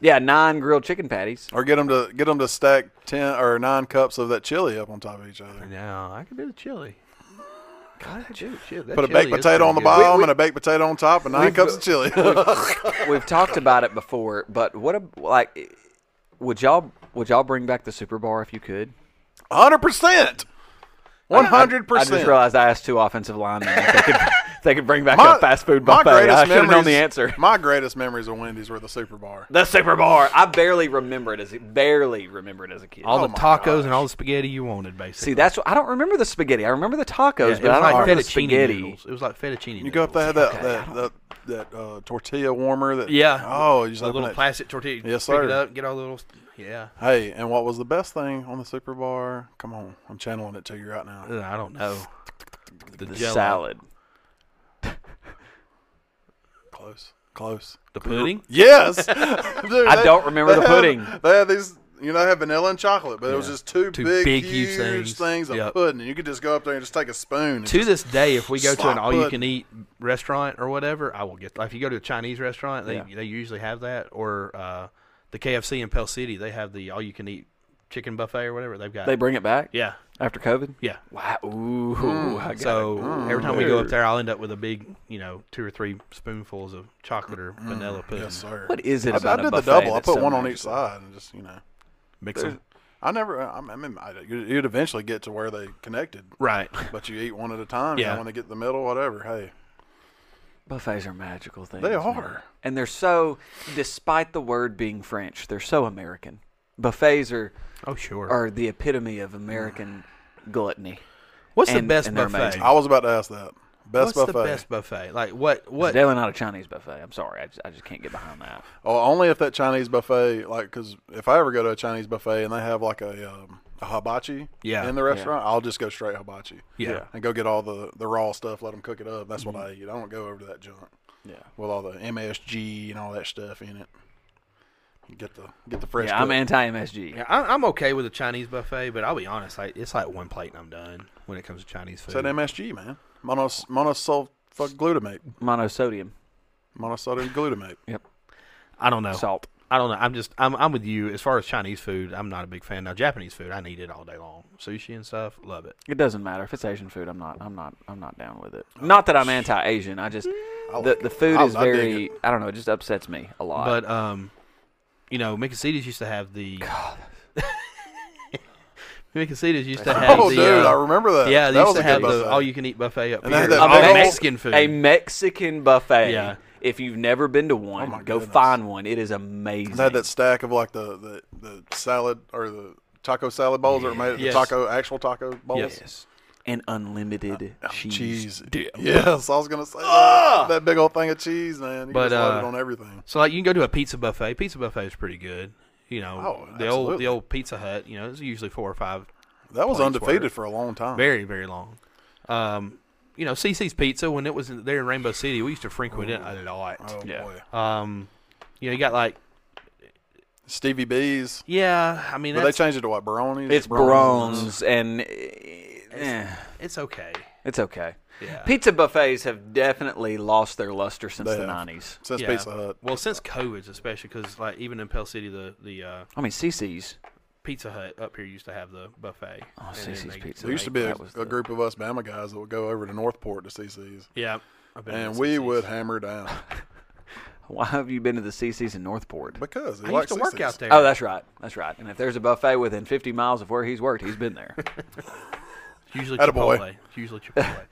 A: Yeah, nine grilled chicken patties.
C: or get them to get 'em to stack ten or nine cups of that chili up on top of each other.
B: No, I could do the chili. God, that chili, chili, that
C: Put a
B: chili
C: baked
B: is
C: potato
B: pretty
C: on the
B: good.
C: bottom and a baked potato on top, and nine cups of chili.
A: We've talked about it before, but what a, like would y'all would y'all bring back the super bar if you could?
C: hundred percent, one hundred
A: I just
C: percent.
A: realized I asked two offensive linemen if they could, if they could bring back a fast food
C: my
A: buffet. I
C: greatest
A: should have known the
C: memories-
A: answer.
C: My greatest memories of Wendy's were the Super Bar.
A: The super bar. I barely remember it as barely remember it as a kid.
B: All
C: Oh
B: the
C: my
B: tacos
C: gosh.
B: and all the spaghetti you wanted, basically.
A: See, that's what, I don't remember the spaghetti. I remember the tacos,
B: Yeah,
A: but I don't remember the
B: fettuccine
A: spaghetti.
B: noodles. It was like fettuccine.
C: You go up
B: noodles.
C: there, had that that that, that uh, tortilla warmer. That
B: Yeah.
C: Oh, you just
B: a
C: open
B: little
C: that-
B: plastic tortilla.
C: Yes,
B: pick
C: sir.
B: It up, get all the little. Yeah.
C: Hey, and what was the best thing on the Super Bar? Come on, I'm channeling it to you right now.
B: Ugh, Uh, I don't know. The,
A: The
B: jello.
A: salad.
C: Close, close.
B: The pudding.
C: Yes. Dude, I
A: don't remember the pudding.
C: Had, they had these, you know, they had vanilla and chocolate, but it was just two,
B: Two
C: big,
B: big, huge
C: huge
B: things.
C: things, of
B: Yep.
C: pudding, and you could just go up there and just take a spoon. and
B: To this day, if we go to an
C: Slop
B: all-you-can-eat restaurant or whatever, I will get. Like if you go to a Chinese restaurant, they
A: Yeah.
B: they usually have that, or uh, the KFC in Pell City, they have the all-you-can-eat chicken buffet or whatever they've got.
A: They bring it back
B: yeah,
A: after COVID.
B: yeah.
A: Wow. Ooh.
C: Mm,
A: I got
B: So
A: it.
B: every time we go up there, I'll end up with a big, you know, two or three spoonfuls of chocolate or vanilla pudding.
C: Mm, Yes, sir.
A: what is it
C: I,
A: about
C: I
A: a
C: did the
A: buffet
C: double. I
A: that's
C: put
A: so
C: one on each
A: magical?
C: side and just, you know.
B: Mix 'em.
C: I never. I I mean, I, you'd you'd eventually get to where they connected,
B: Right.
C: but you eat one at a time. Yeah.
B: Yeah.
C: You want to get in the middle, whatever. Hey,
A: Buffets are magical things.
C: They
A: man.
C: are.
A: And they're so, despite the word being French, they're so American. Buffets are,
B: Oh sure.
A: are the epitome of American gluttony.
B: What's
A: and-
B: the best
A: and they're
B: buffet?
A: amazing.
C: I was about to ask that. Best
B: What's
C: buffet.
B: the best buffet? Like what?
A: It's
B: What?
A: definitely not a Chinese buffet. I'm sorry. I just, I just can't get behind that.
C: Oh, only if that Chinese buffet, like, because if I ever go to a Chinese buffet and they have like a, um, a hibachi
B: Yeah.
C: in the restaurant, I'll just go straight hibachi.
B: Yeah. Mm-hmm.
C: And go get all the, the raw stuff, let them cook it up. That's what I eat. I don't go over to that junk
A: Yeah.
C: with all the MSG and all that stuff in it. Get the get the fresh.
A: Yeah, I'm
C: cooked.
A: anti MSG.
B: Yeah, I- I'm okay with a Chinese buffet, but I'll be honest, like it's like one plate and I'm done when it comes to Chinese
C: It's that
B: food.
C: MSG, man. Monos monosulfur glutamate,
A: Monosodium.
C: monosodium glutamate.
A: Yep.
B: I don't know.
A: Salt.
B: I don't know. I'm just I'm I'm with you as far as Chinese food. I'm not a big fan. Now Japanese food, I need it all day long. Sushi and stuff, love it.
A: It doesn't matter if it's Asian food. I'm not. I'm not. I'm not down with it. Not that I'm anti-Asian. I just
B: Mm.
A: the the food
C: I-
A: is
C: I dig
A: very. I don't know. It just upsets me a lot.
B: But um, you know, Mickasitas used to have the. Mickasitas used to have
C: Oh,
B: the.
C: dude,
B: uh,
C: I remember that.
B: Yeah, they
C: that was
B: used to
C: a good
B: have the
C: buffet.
B: all-you-can-eat buffet up
C: And they
B: here.
C: had that
B: All
C: big old-
B: Mexican food.
A: A Mexican buffet.
B: Yeah. Oh
A: If you've never been to one,
C: my
A: go
C: goodness.
A: find one. It is amazing.
C: They had that stack of like the the, the salad or the taco salad bowls that were made
B: Yes.
C: the taco actual taco bowls.
B: yes.
A: and unlimited
B: Oh,
A: cheese.
C: Cheese. Yes, I was gonna say that. that big old thing of cheese, man. You
B: Ah! But,
C: but, just load
B: uh,
C: it on everything.
B: So like you can go to a pizza buffet. Pizza buffet is pretty good. You know,
C: Oh,
B: the old
C: absolutely.
B: the old Pizza Hut. You know, it's usually four or five.
C: That was
B: plates
C: undefeated
B: were-
C: for a long time.
B: Very very long. Um, you know, CC's Pizza when it was in- there in Rainbow City, we used to frequent it a
C: oh
B: lot.
A: Yeah.
C: boy,
B: Um, you know, you got like
C: Stevie B's.
B: yeah. I mean,
C: But they
B: that's,
C: changed it to what Baroni's.
A: It's
C: Baroni's.
A: Barones, and eh,
B: it's okay.
A: it's okay.
B: Yeah.
A: Pizza buffets have definitely lost their luster since
C: They
A: the
C: have.
A: nineties.
C: Since
B: Yeah.
C: Pizza Hut.
B: Well, since COVID's especially, because like even in Pell City, the the uh,
A: I mean, CC's.
B: Pizza Hut up here used to have the buffet.
A: Oh,
B: And then
A: CC's
B: they-
A: Pizza.
C: There used to be a,
A: That was
C: a
A: the-
C: group of us Bama guys that would go over to Northport to CC's,
B: Yeah, I've been to
C: and
B: CC's.
C: we would hammer down
A: Why have you been to the CC's in Northport?
C: because he
B: I used
C: likes
B: to work
C: CC's.
B: out there.
A: Oh, that's right. That's right. And if there's a buffet within 50 miles of where he's worked, he's been there.
B: It's usually
C: Attaboy.
B: Chipotle. It's usually Chipotle.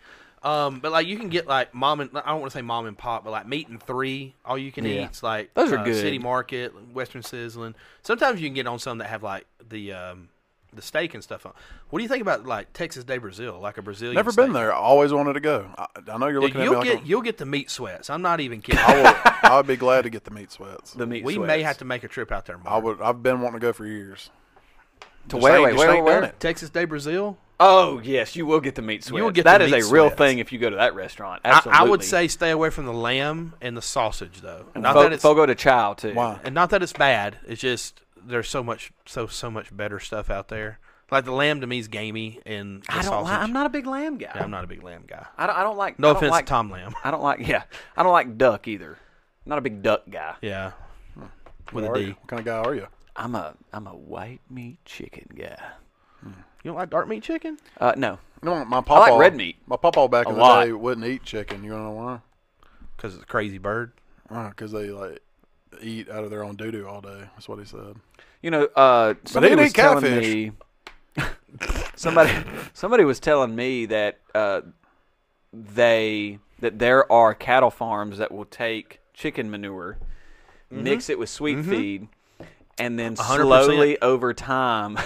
B: um, but like you can get like mom and I don't want to say mom and pop, but like meat and three, all you can
A: Yeah.
B: eats like
A: Those are
B: uh,
A: good.
B: City Market, Western Sizzling. Sometimes you can get on some that have like the um, the steak and stuff on. What do you think about like Texas Day Brazil, like a Brazilian?
C: Never been
B: steak?
C: there. I always wanted to go. I, I know you're
B: Dude,
C: looking at me
B: you'll
C: like
B: get
C: I'm-
B: you'll get the meat sweats. I'm not even kidding.
C: I will. I would be glad to get the meat sweats.
A: The meat
B: we
A: sweats.
B: may have to make a trip out there.
C: I
B: Mark.
C: would. I've been wanting to go for years.
A: To
C: Just
A: wait,
C: ain't-
A: wait,
C: just
A: wait,
C: ain't
A: wait.
C: done it.
B: Texas Day Brazil.
A: Oh yes, you will get the meat sweats.
B: will get
A: That
B: the
A: is
B: meat
A: a real
B: sweats.
A: thing if you go to that restaurant.
B: I,
A: Absolutely.
B: I would say stay away from the lamb and the sausage though. Not
A: Fo-
B: that it's
A: Fogo de Chao too.
C: Why?
B: and not that it's bad. It's just there's so much so so much better stuff out there. Like the lamb to me is gamey, and the
A: I don't.
B: sausage.
A: Like, I'm not a big lamb guy.
B: Yeah, I'm not a big lamb guy.
A: I don't, I don't like.
B: No
A: I don't
B: offense
A: like,
B: to Tom Lamb.
A: I don't like. Yeah, I don't like duck either. I'm not a big duck guy.
B: Yeah, with
C: Who
B: a
C: are
B: D.
C: you?
B: Hmm. You
C: What kind of guy are you?
A: I'm a I'm a white meat chicken guy.
B: don't like dark meat chicken?
A: Uh, no,
C: You know, my papa.
A: like red meat.
C: My papa back
A: A
C: in the
A: lot.
C: day wouldn't eat chicken. You wanna know why?
B: Because it's a crazy bird.
C: Because they like eat out of their own doo doo all day. That's what he said.
A: You know, uh, somebody
C: ain't
A: was telling
C: catfish.
A: me. somebody, somebody was telling me that uh, they that there are cattle farms that will take chicken manure,
B: Mm-hmm.
A: mix it with sweet feed, and then
B: 100%.
A: slowly over time,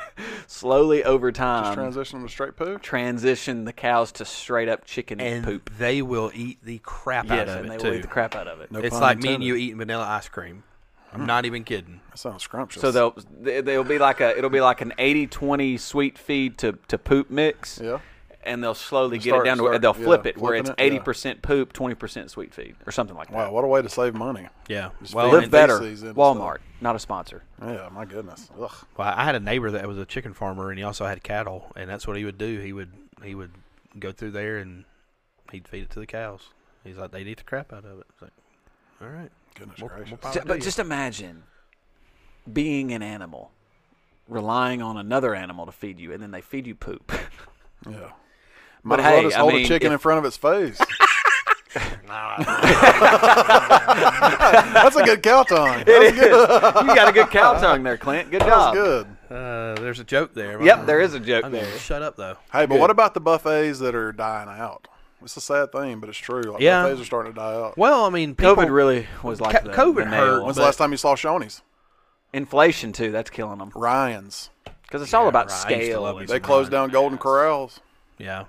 A: slowly over time,
C: Transition them to straight poo.
A: transition the cows to straight up chicken
B: and
A: poop.
B: they will eat the crap
A: Yes,
B: out of
A: and they
B: it
A: will eat
B: too.
A: the crap out of it.
C: No
B: It's
C: pun
B: like me and
C: intended.
B: you eating vanilla ice cream.
A: Hmm.
B: I'm not even kidding.
C: That sounds scrumptious.
A: So they'll they- they'll be like a it'll be like an 80-20 sweet feed to, to poop mix.
C: Yeah.
A: And they'll slowly get
C: Start-
A: it down to where
C: start,
A: they'll
C: yeah,
A: flip it where it's
C: flipping it, yeah.
A: eighty percent poop, twenty percent sweet feed, or something like that.
C: wow, what a way to save money.
B: Yeah.
C: Just
B: Well,
C: feed
A: Live
B: and-
C: that-
A: better,
C: feces and
A: Walmart, not a sponsor.
C: Yeah, my goodness. Ugh.
B: well, I had a neighbor that was a chicken farmer, and he also had cattle, and that's what he would do. He would he would go through there and he'd feed it to the cows. He's like they'd eat the crap out of it. It's like, all right.
C: Goodness
B: More-
C: gracious.
B: more power
A: Ju-
B: to
A: but
B: you.
A: just imagine being an animal, relying on another animal to feed you, and then they feed you poop.
C: Yeah. Might
A: But
C: as well
A: hey,
C: just
A: I
C: hold
A: mean,
C: a chicken
A: if-
C: in front of its face. That's a good cow tongue. That's
A: you got a good cow tongue there, Clint. Good job.
C: good.
B: Uh, there's a joke there.
A: Yep, there is a joke
B: I mean,
A: there.
B: shut up though.
C: Hey, but what about the buffets that are dying out? It's a sad thing, but it's true. Like,
B: Yeah.
C: Buffets are starting to die out.
B: Well, I mean, people,
A: COVID really was like
B: Co-
A: the,
B: COVID
A: the nail.
B: hurt.
C: When's
B: but-
C: the last time you saw Shoney's?
A: Inflation too. That's killing them
C: Ryan's.
A: because it's all about
B: right. I used to
A: scale.
B: love
A: and-
B: these.
C: They closed down
B: Ryan's.
C: Golden Corrals.
B: Yeah.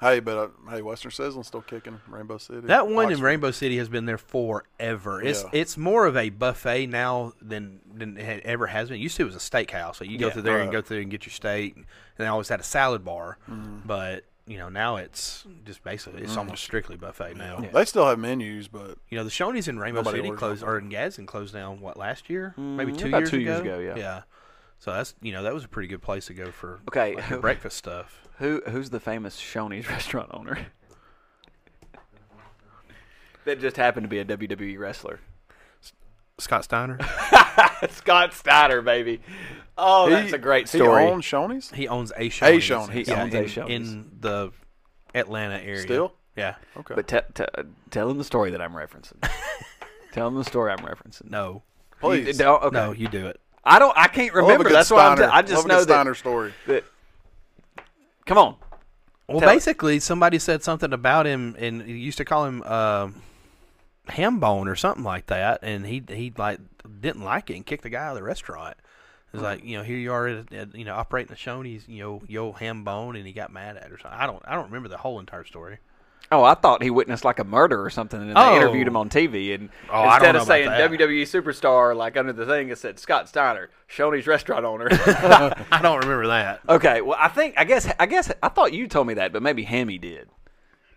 C: Hey, but uh, hey, Western Sizzling's still kicking. Rainbow City.
B: That one in
C: Oxford.
B: Rainbow City has been there forever. It's
C: Yeah.
B: it's more of a buffet now than than it had- ever has been. Used to it was a steakhouse, so you go through there and
C: right.
B: go through and get your steak, and they always had a salad bar.
A: Mm-hmm.
B: But you know now it's just basically it's almost strictly buffet now.
C: They still have menus, but
B: You know the Shoney's in Rainbow
C: Nobody
B: City
C: orders
B: closed or in Gadsden closed down what last year, maybe two
A: Mm, about
B: years
A: two
B: ago.
A: years ago, yeah.
B: yeah. So that's you know that was a pretty good place to go for
A: Okay.
B: like, your breakfast stuff.
A: Who who's the famous Shoney's restaurant owner? that just happened to be a WWE wrestler.
B: Scott Steiner
A: Scott Steiner, baby. Oh, that's
C: He-
A: a great
C: he
A: story.
C: owned Shoney's.
B: he owns a Shoney's.
C: Shoney's. He
B: yeah,
A: owns
B: in,
A: a Shoney's.
B: in the Atlanta area.
C: Still?
B: yeah.
C: Okay.
A: But te- te- tell him the story that I'm referencing. tell him the story I'm referencing.
B: No.
A: You
C: Please.
A: don't- okay.
B: No, you do it.
A: I don't. I can't
C: I love a
A: remember.
C: good
A: That's why I'm. T-
C: Steiner.
A: I just
C: love a
A: know
C: good Steiner
A: that,
C: story.
A: that. Come on.
B: Well,
A: Tell-
B: basically, somebody said something about him, and he used to call him uh, Hambone or something like that, and he he like didn't like it and kicked the guy out of the restaurant. It was
A: Hmm.
B: like, you know, here you are, at, at, you know, operating the Shoney's, you know, yo Hambone, and he got mad at it or something. I don't, I don't remember the whole entire story.
A: Oh, I thought he witnessed like a murder or something, and then they
B: Oh.
A: interviewed him on TV. And
B: Oh, I
A: instead
B: don't know
A: of
B: about
A: saying
B: that.
A: WWE superstar, like under the thing, it said Scott Steiner, Shoney's restaurant owner.
B: I don't remember that.
A: okay, well, I think I guess I guess I thought you told me that, but maybe Hammy did.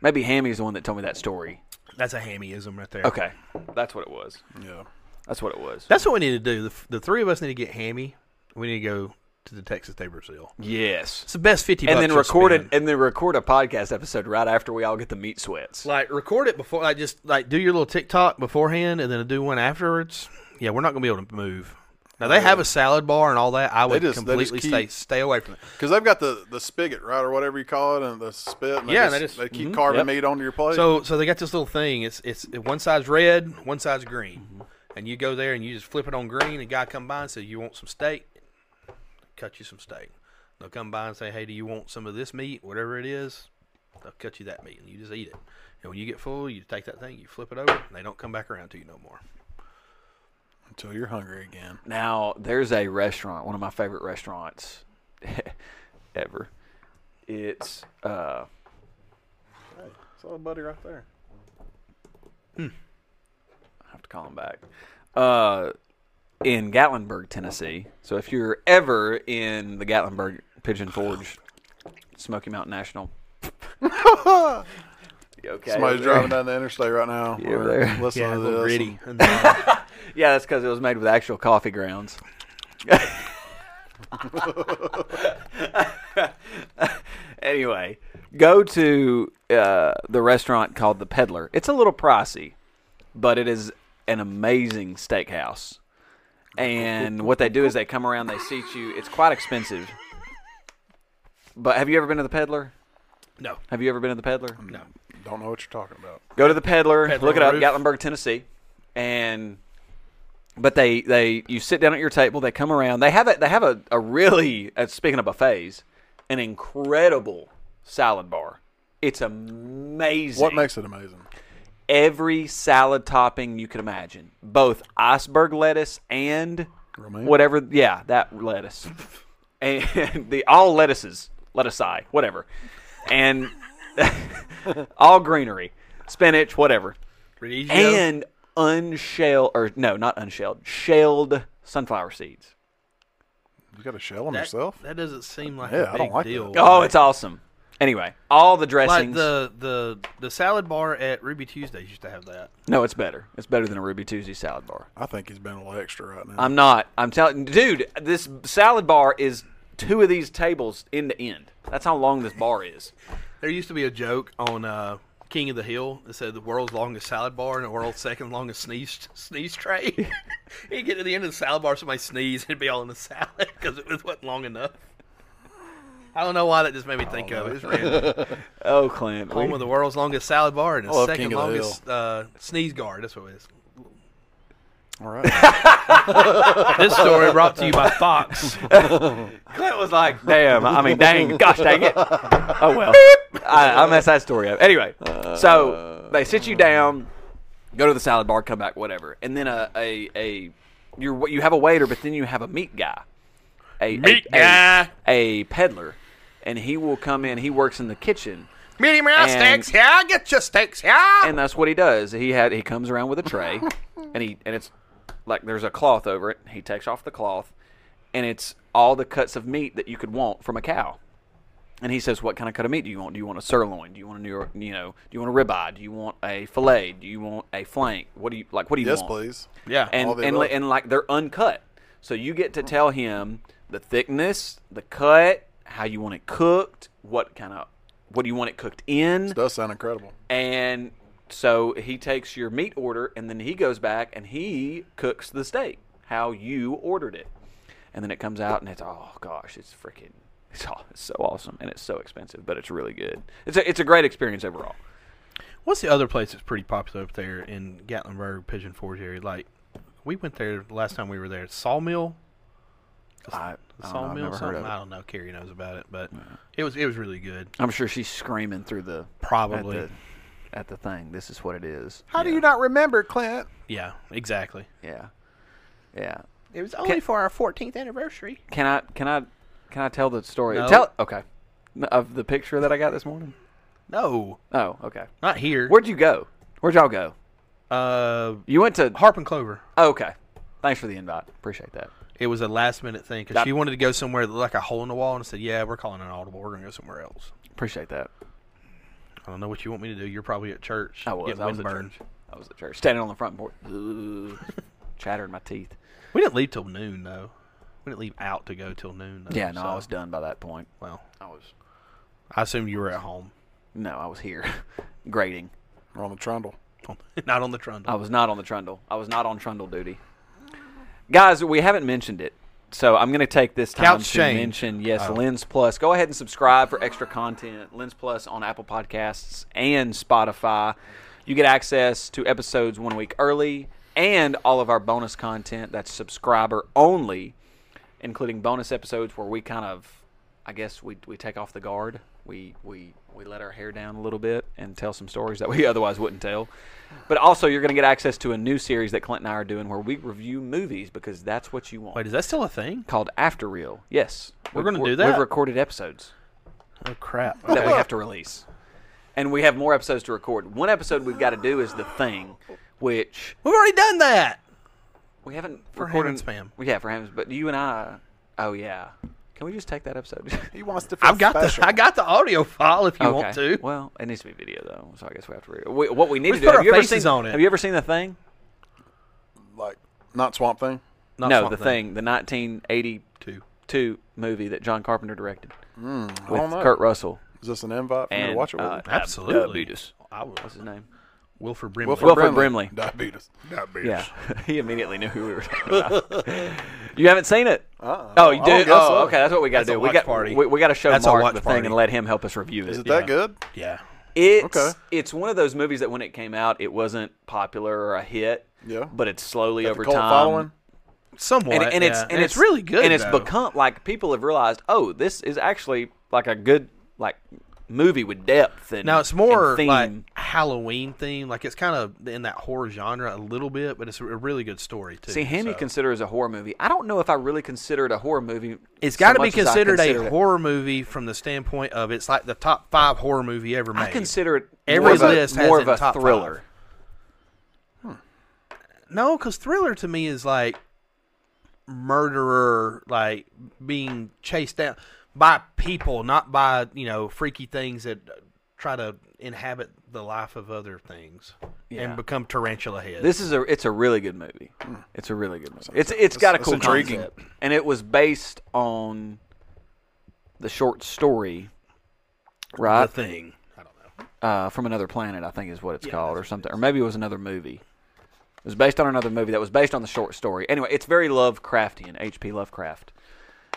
A: Maybe Hammy's the one that told me that story.
B: That's a hammyism right there.
A: Okay, that's what it was.
C: Yeah.
A: That's what it was.
B: that's what we need to do. The, f- the three of us need to get hammy. We need to go to the Texas Day Brazil.
A: yes.
B: It's the best fifty.
A: and
B: bucks
A: then
B: you'll
A: record
B: spend.
A: it, and then record a podcast episode right after we all get the meat sweats.
B: Like record it before, like just like do your little TikTok beforehand, and then do one afterwards. Yeah, we're not gonna be able to move. Now they have a salad bar and all that. I would
C: just- they just
B: completely stay
C: keep-
B: stay away from it.
C: Because they've got the, the spigot, right, or whatever you call it, and the spit. And they
B: Yeah,
C: just,
B: they just-
C: they keep carving meat onto your plate.
B: So so they got this little thing. It's it's one side's red, one side's green, and you go there and you just flip it on green. The guy come by and says, "You want some steak? Cut you some steak." They'll come by and say, "Hey, do you want some of this meat? Whatever it is, they'll cut you that meat, and you just eat it." And when you get full, you take that thing, you flip it over, and they don't come back around to you no more.
C: until you're hungry again.
A: Now, there's a restaurant, one of my favorite restaurants ever. It's uh,
C: It's all buddy right there.
A: I have to call him back. Uh, in Gatlinburg, Tennessee. So if you're ever in the Gatlinburg Pigeon Forge, Smoky Mountain National. You okay.
C: Somebody's
A: over there?
C: driving down the interstate right now.
A: Yeah, over there.
C: Listen to this.
B: And then-
A: Yeah, that's because it was made with actual coffee grounds. anyway, go to uh, the restaurant called The Peddler. It's a little pricey, but it is an amazing steakhouse. And what they do is they come around, they seat you. It's quite expensive. But have you ever been to The Peddler?
B: no,
A: Have you ever been to The Peddler?
B: no.
C: Don't know what you're talking about.
A: Go to the Peddler,
B: Peddler
A: look it up,
B: Roof.
A: Gatlinburg, Tennessee, and But they, they you sit down at your table. They come around. They have a they have a, a really uh, speaking of buffets, an incredible salad bar. It's amazing.
C: What makes it amazing?
A: every salad topping you could imagine, both iceberg lettuce and
C: Romaine?
A: whatever. Yeah, that lettuce and the all lettuces, lettuce I, whatever, and all greenery, spinach, whatever,
B: Radicchio?
A: and unshelled or no, not unshelled, shelled sunflower seeds.
C: You got to shell them
B: that,
C: yourself.
B: That doesn't seem like
C: Yeah,
B: a
C: I
B: big
C: don't like that.
B: deal.
A: Oh,
B: Like-
A: it's awesome. Anyway, all the dressings.
B: like the the the salad bar at Ruby Tuesdays used to have that.
A: no, it's better. It's better than a Ruby Tuesday salad bar.
C: I think he's been a little extra right now.
A: I'm not. I'm telling, dude. This salad bar is two of these tables end to end. That's how long this bar is.
B: There used to be a joke on uh, King of the Hill that said the world's longest salad bar and the world's second longest sneeze sneeze tray. you get to the end of the salad bar, somebody sneezed, it'd be all in the salad because it wasn't long enough. I don't know why that just made me think of it. It's random.
A: Oh, Clint.
B: Home of the world's longest salad bar and the
C: love
B: second
C: King of the
B: longest uh, sneeze guard. That's what it is.
C: All right.
B: This story brought to you by Fox.
A: Clint was like, "Damn." I mean, dang. Gosh, dang it. Oh well. I, I messed that story up. Anyway, so they sit you down, go to the salad bar, come back, whatever, and then a a a you you have a waiter, but then you have a meat guy, a
B: Meat
A: a,
B: guy.
A: a, a peddler, and he will come in. He works in the kitchen.
B: Medium
A: round steaks,
B: yeah. Get your steaks, yeah.
A: and that's what he does. He had he comes around with a tray, and he and it's like there's a cloth over it. He takes off the cloth, and it's all the cuts of meat that you could want from a cow. And he says, "What kind of cut of meat do you want? Do you want a sirloin? Do you want a New York, you know? Do you want a ribeye? Do you want a fillet? Do you want a flank? What do you like? What do you
C: yes,
A: want?"
C: please.
B: Yeah.
A: and
C: All the
A: and,
C: above.
A: li- and like they're uncut. So you get to tell him the thickness, the cut, how you want it cooked, what kind of what do you want it cooked in?
C: Does sound incredible.
A: And so he takes your meat order and then he goes back and he cooks the steak how you ordered it. And then it comes out and it's oh gosh, it's freaking it's, aw- it's so awesome and it's so expensive, but it's really good. It's a, it's a great experience overall.
B: What's the other place that's pretty popular up there in Gatlinburg, Pigeon Forge area? Like, we went there the last time we were there. Sawmill,
A: I, I don't know, I've
B: sawmill,
A: never heard
B: something.
A: of it.
B: I don't know. Carrie knows about it, but it was it was really good.
A: I'm sure she's screaming through the
B: Probably.
A: at the, at the thing. This is what it is.
C: How do you not remember, Clint?
B: Yeah, exactly.
A: Yeah, yeah.
B: It was only for our 14th anniversary.
A: Can I can I can I tell the story?
B: No.
A: Tell okay of the picture that I got this morning.
B: No,
A: Oh, okay.
B: not here.
A: Where'd you go? Where'd y'all go?
B: uh,
A: You went to oh,
B: Harp and Clover.
A: Okay. Thanks for the invite. Appreciate that.
B: It was a last minute thing because
A: That-
B: she wanted to go somewhere that looked like a hole in the wall, and I said, "Yeah, we're calling an audible. We're gonna go somewhere else."
A: Appreciate that.
B: I don't know what you want me to do. You're probably at church.
A: I was.
B: getting
A: I was at
B: windburned.
A: church. I was at church. Standing on the front porch. Ooh, chattering my teeth.
B: We didn't leave till noon though. We didn't leave out to go till noon. Though,
A: Yeah, no, I
B: so-
A: was done by that point.
B: Well,
A: I was
B: I assume you were at home,
A: no, I was here. grading.
C: We're on the trundle.
B: not on the trundle.
A: I was not on the trundle. I was not on trundle duty. Guys, we haven't mentioned it. So I'm going to take this time
B: Couch
A: to
B: change.
A: mention yes,
B: Oh.
A: Lens Plus. Go ahead and subscribe for extra content. Lens Plus on Apple Podcasts and Spotify. You get access to episodes one week early and all of our bonus content that's subscriber only, including bonus episodes where we kind of, I guess we, we take off the guard. We, we we let our hair down a little bit and tell some stories that we otherwise wouldn't tell. But also, you're going to get access to a new series that Clint and I are doing where we review movies because that's what you want
B: Wait, is that still a thing?
A: called After Reel. Yes,
B: We're
A: We've-
B: gonna do that?
A: We've recorded episodes
B: Oh crap!
A: that we have to release, and we have more episodes to record. One episode we've got to do is the thing, which
B: We've already done that.
A: we haven't
B: For
A: recorded.
B: Hammond's Spam.
A: yeah, for Hammond's. But you and I, oh yeah, can we just take that episode?
C: He wants to. Feel
B: I've got
C: special.
B: the I got the audio file if you want
A: Okay.
B: to.
A: Well, it needs to be video though, so I guess we have to. Re- we, what we need
B: We
A: to do.
B: put
A: have
B: our
A: you ever
B: faces
A: seen,
B: on it.
A: Have you ever seen the thing?
C: like not Swamp Thing.
B: Not
A: no,
B: Swamp
A: the thing, the 1982
B: Two.
A: movie that John Carpenter directed with
C: Hmm, don't know.
A: Kurt Russell
C: Is this an invite for me to
A: and
C: watch it? With
A: uh,
C: you?
B: Absolutely.
A: Diabetes.
B: I was
A: What's his name?
B: Wilford Brimley.
C: Wilford
A: Wilford Brimley.
C: Diabetes. Diabetes.
A: Yeah, he immediately knew who we were talking about. you haven't seen it?
C: Uh-uh.
A: oh, you
C: I don't
A: do.
C: guess
A: Oh,
C: so.
A: okay. That's what we got to
B: That's a
A: do. We
B: watch
A: got
B: party.
A: we, we got to show
B: That's a
A: Mark
B: watch
A: the thing
B: party.
A: and let him help us review it.
C: Is it
B: Yeah.
C: that good?
B: yeah.
A: It's
C: Okay.
A: it's one of those movies that when it came out, it wasn't popular or a hit,
C: Yeah.
A: but it's slowly
C: Got the
A: over
C: cult
A: time.
C: following?
B: Somewhat,
A: And, and it's
B: yeah.
A: and, it's,
B: really good,
A: And it's
B: though.
A: become like people have realized, oh, this is actually like a good like movie with depth. And
B: Now it's more
A: and theme.
B: like Halloween theme, like it's kind of in that horror genre a little bit, but it's a really good story too.
A: See, Handy
B: so.
A: consider as a horror movie. I don't know if I really consider it a horror movie.
B: It's
A: so
B: got to be
A: much as I
B: considered
A: consider
B: a
A: it-
B: horror movie from the standpoint of it's like the top five horror movie ever made.
A: I consider it
B: Every
A: more of a,
B: list has
A: more
B: it
A: of
B: in
A: a
B: top
A: thriller.
B: five. no, because thriller to me is like murderer, like being chased down by people, not by you know freaky things that try to inhabit the life of other things
A: Yeah.
B: and become tarantula heads.
A: This is a it's a really good movie. It's a really Hmm. good movie. It's it's got a
C: that's
A: cool
C: intriguing.
A: concept, and it was based on the short story,
B: the
A: right?
B: thing. I don't know.
A: Uh, from another planet, I think is what it's called, or something, or maybe it was another movie. It was based on another movie that was based on the short story. Anyway, it's very Lovecraftian, H.P. Lovecraft,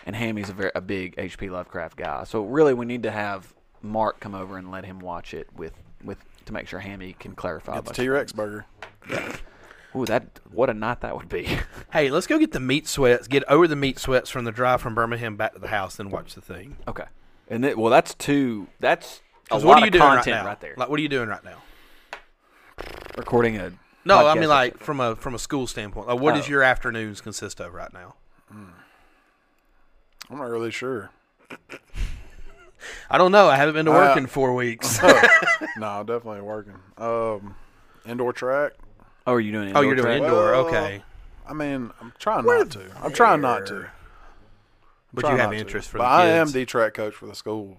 A: and Hammy's a very a big H.P. Lovecraft guy. So really, we need to have Mark come over and let him watch it with with to make sure Hammy can clarify. a
C: Get the
A: bunch
C: T Rex burger.
A: of- Ooh, that what a night that would be.
B: Hey, let's go get the meat sweats. Get over the meat sweats from the drive from Birmingham back to the house, then watch the thing.
A: Okay. And then, well, that's two. That's a
B: 'Cause
A: lot
B: what are you
A: of
B: doing right,
A: content right,
B: now?
A: there.
B: Like, what are you doing right now?
A: Recording a.
B: No, I
A: podcast
B: mean like
A: episode.
B: from a from a school standpoint. Like, what does
A: Oh.
B: your afternoons consist of right now?
C: I'm not really sure.
B: I don't know. I haven't been to work in four weeks. oh,
C: Uh, No, definitely working. Um, indoor track.
A: Oh, are you doing?
B: you're doing
A: track?
B: indoor.
C: Well,
B: Okay,
C: I mean, I'm trying not to. I'm trying not to.
B: but
C: Try
B: you have
C: not to.
B: interest for
C: But
B: the
C: I
B: kids.
C: am the track coach for the school.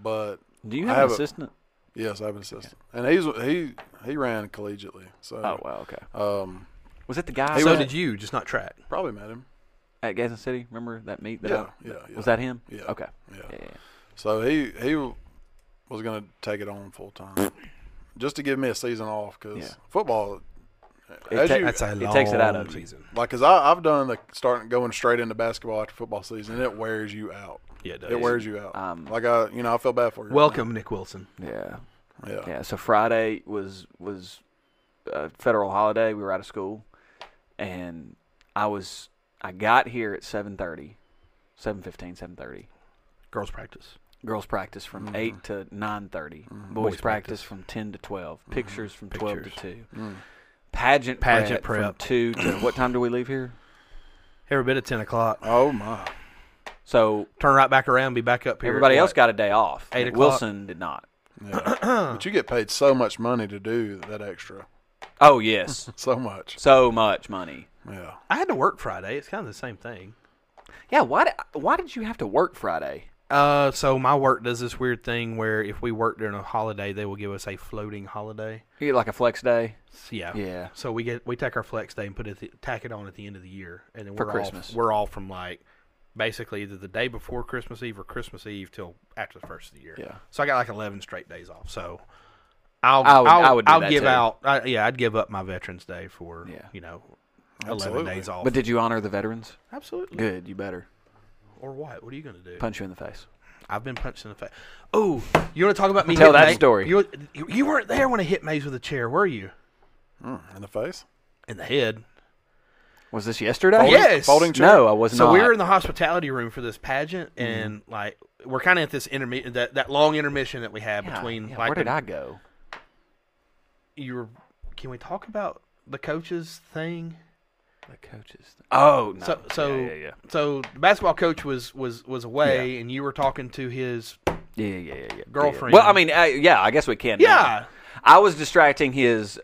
C: But
A: Do you
C: I
A: have,
C: have
A: an
C: a-
A: assistant?
C: yes, I have an assistant, and he's he he ran collegiately. So
A: Oh wow. Okay.
C: um,
A: Was it the guy?
B: so
A: that-
B: did you just not track?
C: probably met him.
A: at Gadsden City. Remember that meet? That
C: Yeah,
A: I-
C: yeah, yeah.
A: Was that him?
C: Yeah,
A: Okay.
C: yeah.
A: yeah.
C: So he he was gonna take it on full time, just to give me a season off because
A: Yeah.
C: football.
A: It
C: as
A: ta-
C: you,
A: that's
B: That's a
A: It takes it out
B: long
A: of you.
B: season.
C: like, cause I, I've done the starting going straight into basketball after football season, and it wears you out.
B: Yeah, it does.
C: It wears you out.
A: Um,
C: like I, you know, I feel bad for you.
B: Welcome, Nick Wilson.
A: Yeah.
C: Yeah.
A: Yeah. So Friday was was a federal holiday. We were out of school, and I was I got here at 7:30, 7:15, 7:30.
B: Girls practice.
A: girls practice from 8 to 9.30 boys,
B: Mm-hmm. Boys
A: practice,
B: practice. Mm-hmm.
A: from 10 to 12 pictures from 12 to 2
C: Mm.
A: pageant,
B: Pageant prep.
A: from 2 to what time do we leave here
B: Every bit of ten o'clock.
C: Oh my.
A: so
B: Turn right back around. Be back up here.
A: everybody
B: at
A: else
B: what?
A: got a day off
B: Eight
A: Nick
B: o'clock.
A: wilson did not
C: Yeah. but you get paid so much money to do that extra.
A: oh yes
C: So much.
A: so much money
C: Yeah.
B: I had to work Friday. It's kind of the same thing.
A: yeah why, di- why did you have to work friday
B: Uh, so my work does this weird thing where if we work during a holiday, they will give us a floating holiday.
A: you get like a flex day
B: So, yeah,
A: Yeah.
B: So we get we take our flex day and put it tack it on at the end of the year, and then
A: For
B: we're
A: Christmas.
B: off. We're off from like basically either the day before Christmas Eve or Christmas Eve till after the first of the year.
C: Yeah.
B: So I got like eleven straight days off. So I'll
A: I would-
B: I'll,
A: I would do
B: I'll
A: that
B: give
A: too.
B: out I, yeah I'd give up my Veterans Day for
A: Yeah.
B: you know
C: Absolutely.
B: eleven days off.
A: but did you honor the veterans
B: absolutely
A: good you better
B: or what? What are you gonna do?
A: punch you in the face
B: I've been punched in the face. Oh, you want to talk about me?
A: Tell
B: hitting
A: that
B: Maze-
A: story.
B: You, you you weren't there when I hit Maze with a chair, were you?
C: In the face.
B: In the head.
A: was this yesterday
B: Yeah. Yes.
C: Folding chair.
A: no i was
B: So
A: not Mm-hmm.
B: we were in the hospitality room for this pageant, and like we're kind of at this intermi- that that long intermission that we had
A: Yeah,
B: between
A: yeah,
B: like
A: where did
B: the-
A: i go
B: you were. Can we talk about the coaches thing?
A: the coaches oh no.
B: So so
A: yeah, yeah, yeah.
B: so the basketball coach was was was away, and you were talking to his.
A: Yeah, yeah, yeah, yeah.
B: Girlfriend.
A: Well, I mean, uh, yeah, I guess we can. now.
B: Yeah.
A: I was distracting his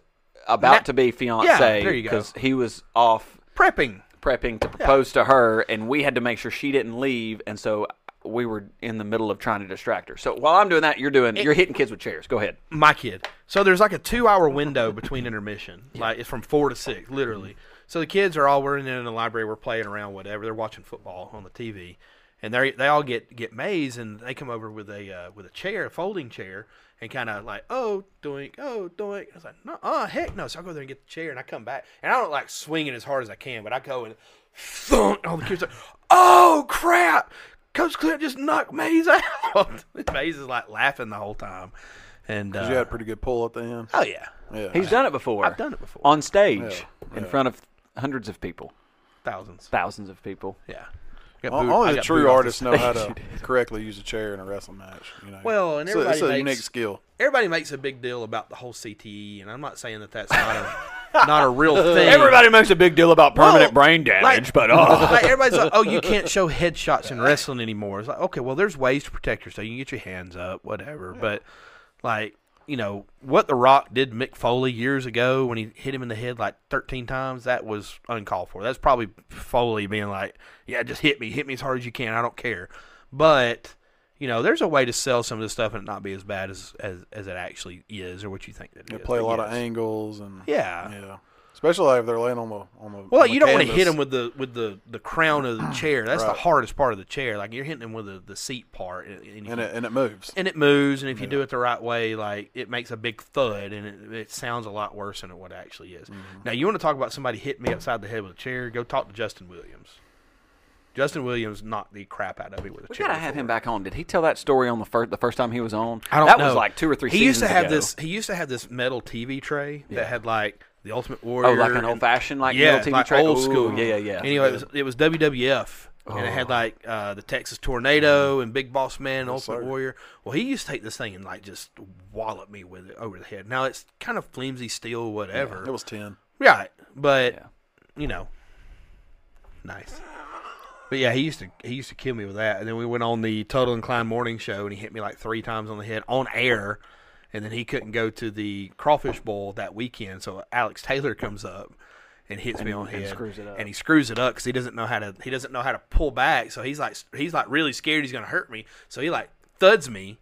A: about
B: Na-
A: to be fiance
B: there you go.
A: he was off
B: Prepping.
A: prepping to propose to her, and we had to make sure she didn't leave, and so we were in the middle of trying to distract her. So while I'm doing that, you're doing you're hitting kids with chairs. Go ahead.
B: my kid. So there's like a two hour window between intermission. Like it's from four to six, literally. So the kids are all we're in the library, we're playing around, whatever. They're watching football on the TV, and they they all get get mazed, and they come over with a uh, with a chair, a folding chair, and kind of like oh doink, oh doink. I was like no, uh, heck no. So I go there and get the chair, and I come back, and I don't like swing it as hard as I can, but I go and thunk. and All the kids are oh crap. Coach Cliff just knocked Maze out. Maze is like laughing the whole time. And uh,
C: you had a pretty good pull at the end.
B: oh yeah,
C: Yeah.
A: He's done it before.
B: I've done it before.
A: on stage
C: Yeah,
A: in
C: yeah.
A: front of hundreds of people,
B: thousands.
A: thousands of people.
B: Yeah, I got
C: O-
B: booed- I
C: Only the
B: got booed
C: true
B: off the
C: artists know
B: stage.
C: how to correctly use a chair in a wrestling match. You know.
B: Well, and
C: it's a, it's a
B: everybody
C: unique
B: makes-
C: skill.
B: Everybody makes a big deal about the whole CTE, and I'm not saying that that's not a not a real thing.
A: makes a big deal about
B: Well, like-
A: oh.
B: like everybody's like, oh, you can't show headshots in wrestling anymore. It's like, okay, well, there's ways to protect yourself. You can get your hands up, whatever. But like, you know, what The Rock did Mick Foley years ago when he hit him in the head like 13 times, that was uncalled for. That's probably Foley being like, yeah, just hit me, hit me as hard as you can. I don't care. But you know, there's a way to sell some of this stuff and it not be as bad as as, as it actually is, or what you think that it
C: They
B: is.
C: play a
B: But
C: lot of
B: yes.
C: angles and
B: Yeah.
C: yeah. Especially like if they're laying on the on the
B: Well,
C: on the
B: you don't want to
C: canvas.
B: hit him with the with the, the crown of the chair. That's the
C: Right.
B: hardest part of the chair. Like you're hitting him with the, the seat part, and, and,
C: and
B: you-
C: it and it moves.
B: and it moves. And if you do it the right way, like it makes a big thud, and it, it sounds a lot worse than what it actually is.
C: Mm-hmm.
B: Now, you want to talk about somebody hitting me upside the head with a chair? Go talk to Justin Williams. Justin Williams knocked the crap out of me with a
A: We
B: chair.
A: gotta have him
B: before.
A: back on. Did he tell that story on the first the first time he was on?
B: I don't
A: that
B: know.
A: was like two or three.
B: He used to
A: seasons
B: have
A: ago.
B: this. He used to have this metal TV tray that had like the Ultimate Warrior.
A: Oh, like an
B: and-
A: old fashioned like
B: yeah,
A: metal TV
B: like
A: tray?
B: old
A: Ooh,
B: school.
A: Yeah, yeah, yeah. Ah.
B: Anyway, it was, it was WWF, and it had like uh, the Texas Tornado and Big Boss Man, and Ultimate
C: sir.
B: Warrior. Well, he used to take this thing and like just wallop me with it over the head. Now it's kind of flimsy steel, whatever.
C: It was ten.
B: right, but
A: Yeah.
B: you know, nice. But yeah, he used to he used to kill me with that. And then we went on the Tuttle and Klein morning show, and he hit me like three times on the head on air. And then he couldn't go to the crawfish bowl that weekend, so Alex Taylor comes up and hits me on the
A: and
B: head,
A: screws it up.
B: and he screws it up because he doesn't know how to he doesn't know how to pull back. So he's like he's like really scared he's gonna hurt me. So he like thuds me,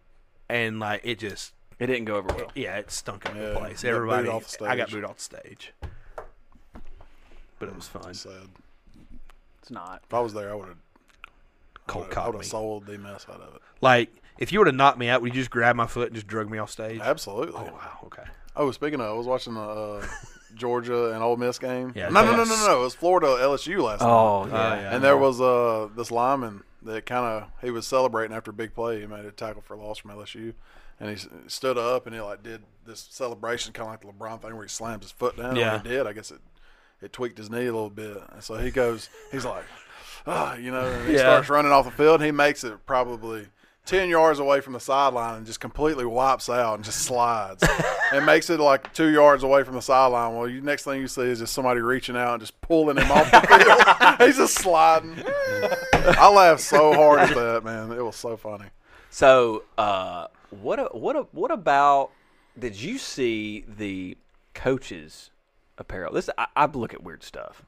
B: and like it just
A: It didn't go over well.
B: yeah, it stunk up
C: Yeah,
B: the place.
C: you got booed
B: Everybody,
C: off the
B: I got
C: stage.
B: booed off the stage, but it was fun.
C: Sad.
A: It's not.
C: If I was there, I would have.
B: Cold
C: I
B: caught
C: would
B: me.
C: have sold the mess out of it.
B: Like, if you would have knocked me out, would you just grab my foot and just drug me off stage?
C: Absolutely. Oh,
B: Wow. Okay.
C: speaking of, I was watching the uh, Georgia and Ole Miss game.
B: Yeah,
C: no,
B: they
C: no, no,
B: got
C: no,
B: s-
C: no. It was Florida LSU last night.
A: Oh yeah.
B: yeah.
C: And there was uh, this lineman that kind of he was celebrating after a big play. He made a tackle for a loss from LSU, and he s- stood up and he like did this celebration, kind of like the LeBron thing where he slams his foot down.
B: Yeah.
C: and he did. I guess it it tweaked his knee a little bit, and so he goes, he's like, ah, you know, and he
B: Yeah.
C: starts running off the field. and He makes it probably. 10 yards away from the sideline and just completely wipes out and just slides and makes it like two yards away from the sideline. Well, you next thing you see is just somebody reaching out and just pulling him off the field. He's just sliding. I laughed so hard at that, man. It was so funny.
A: So, uh, what a, what a, what about? Did you see the coaches' apparel? This I, I look at weird stuff.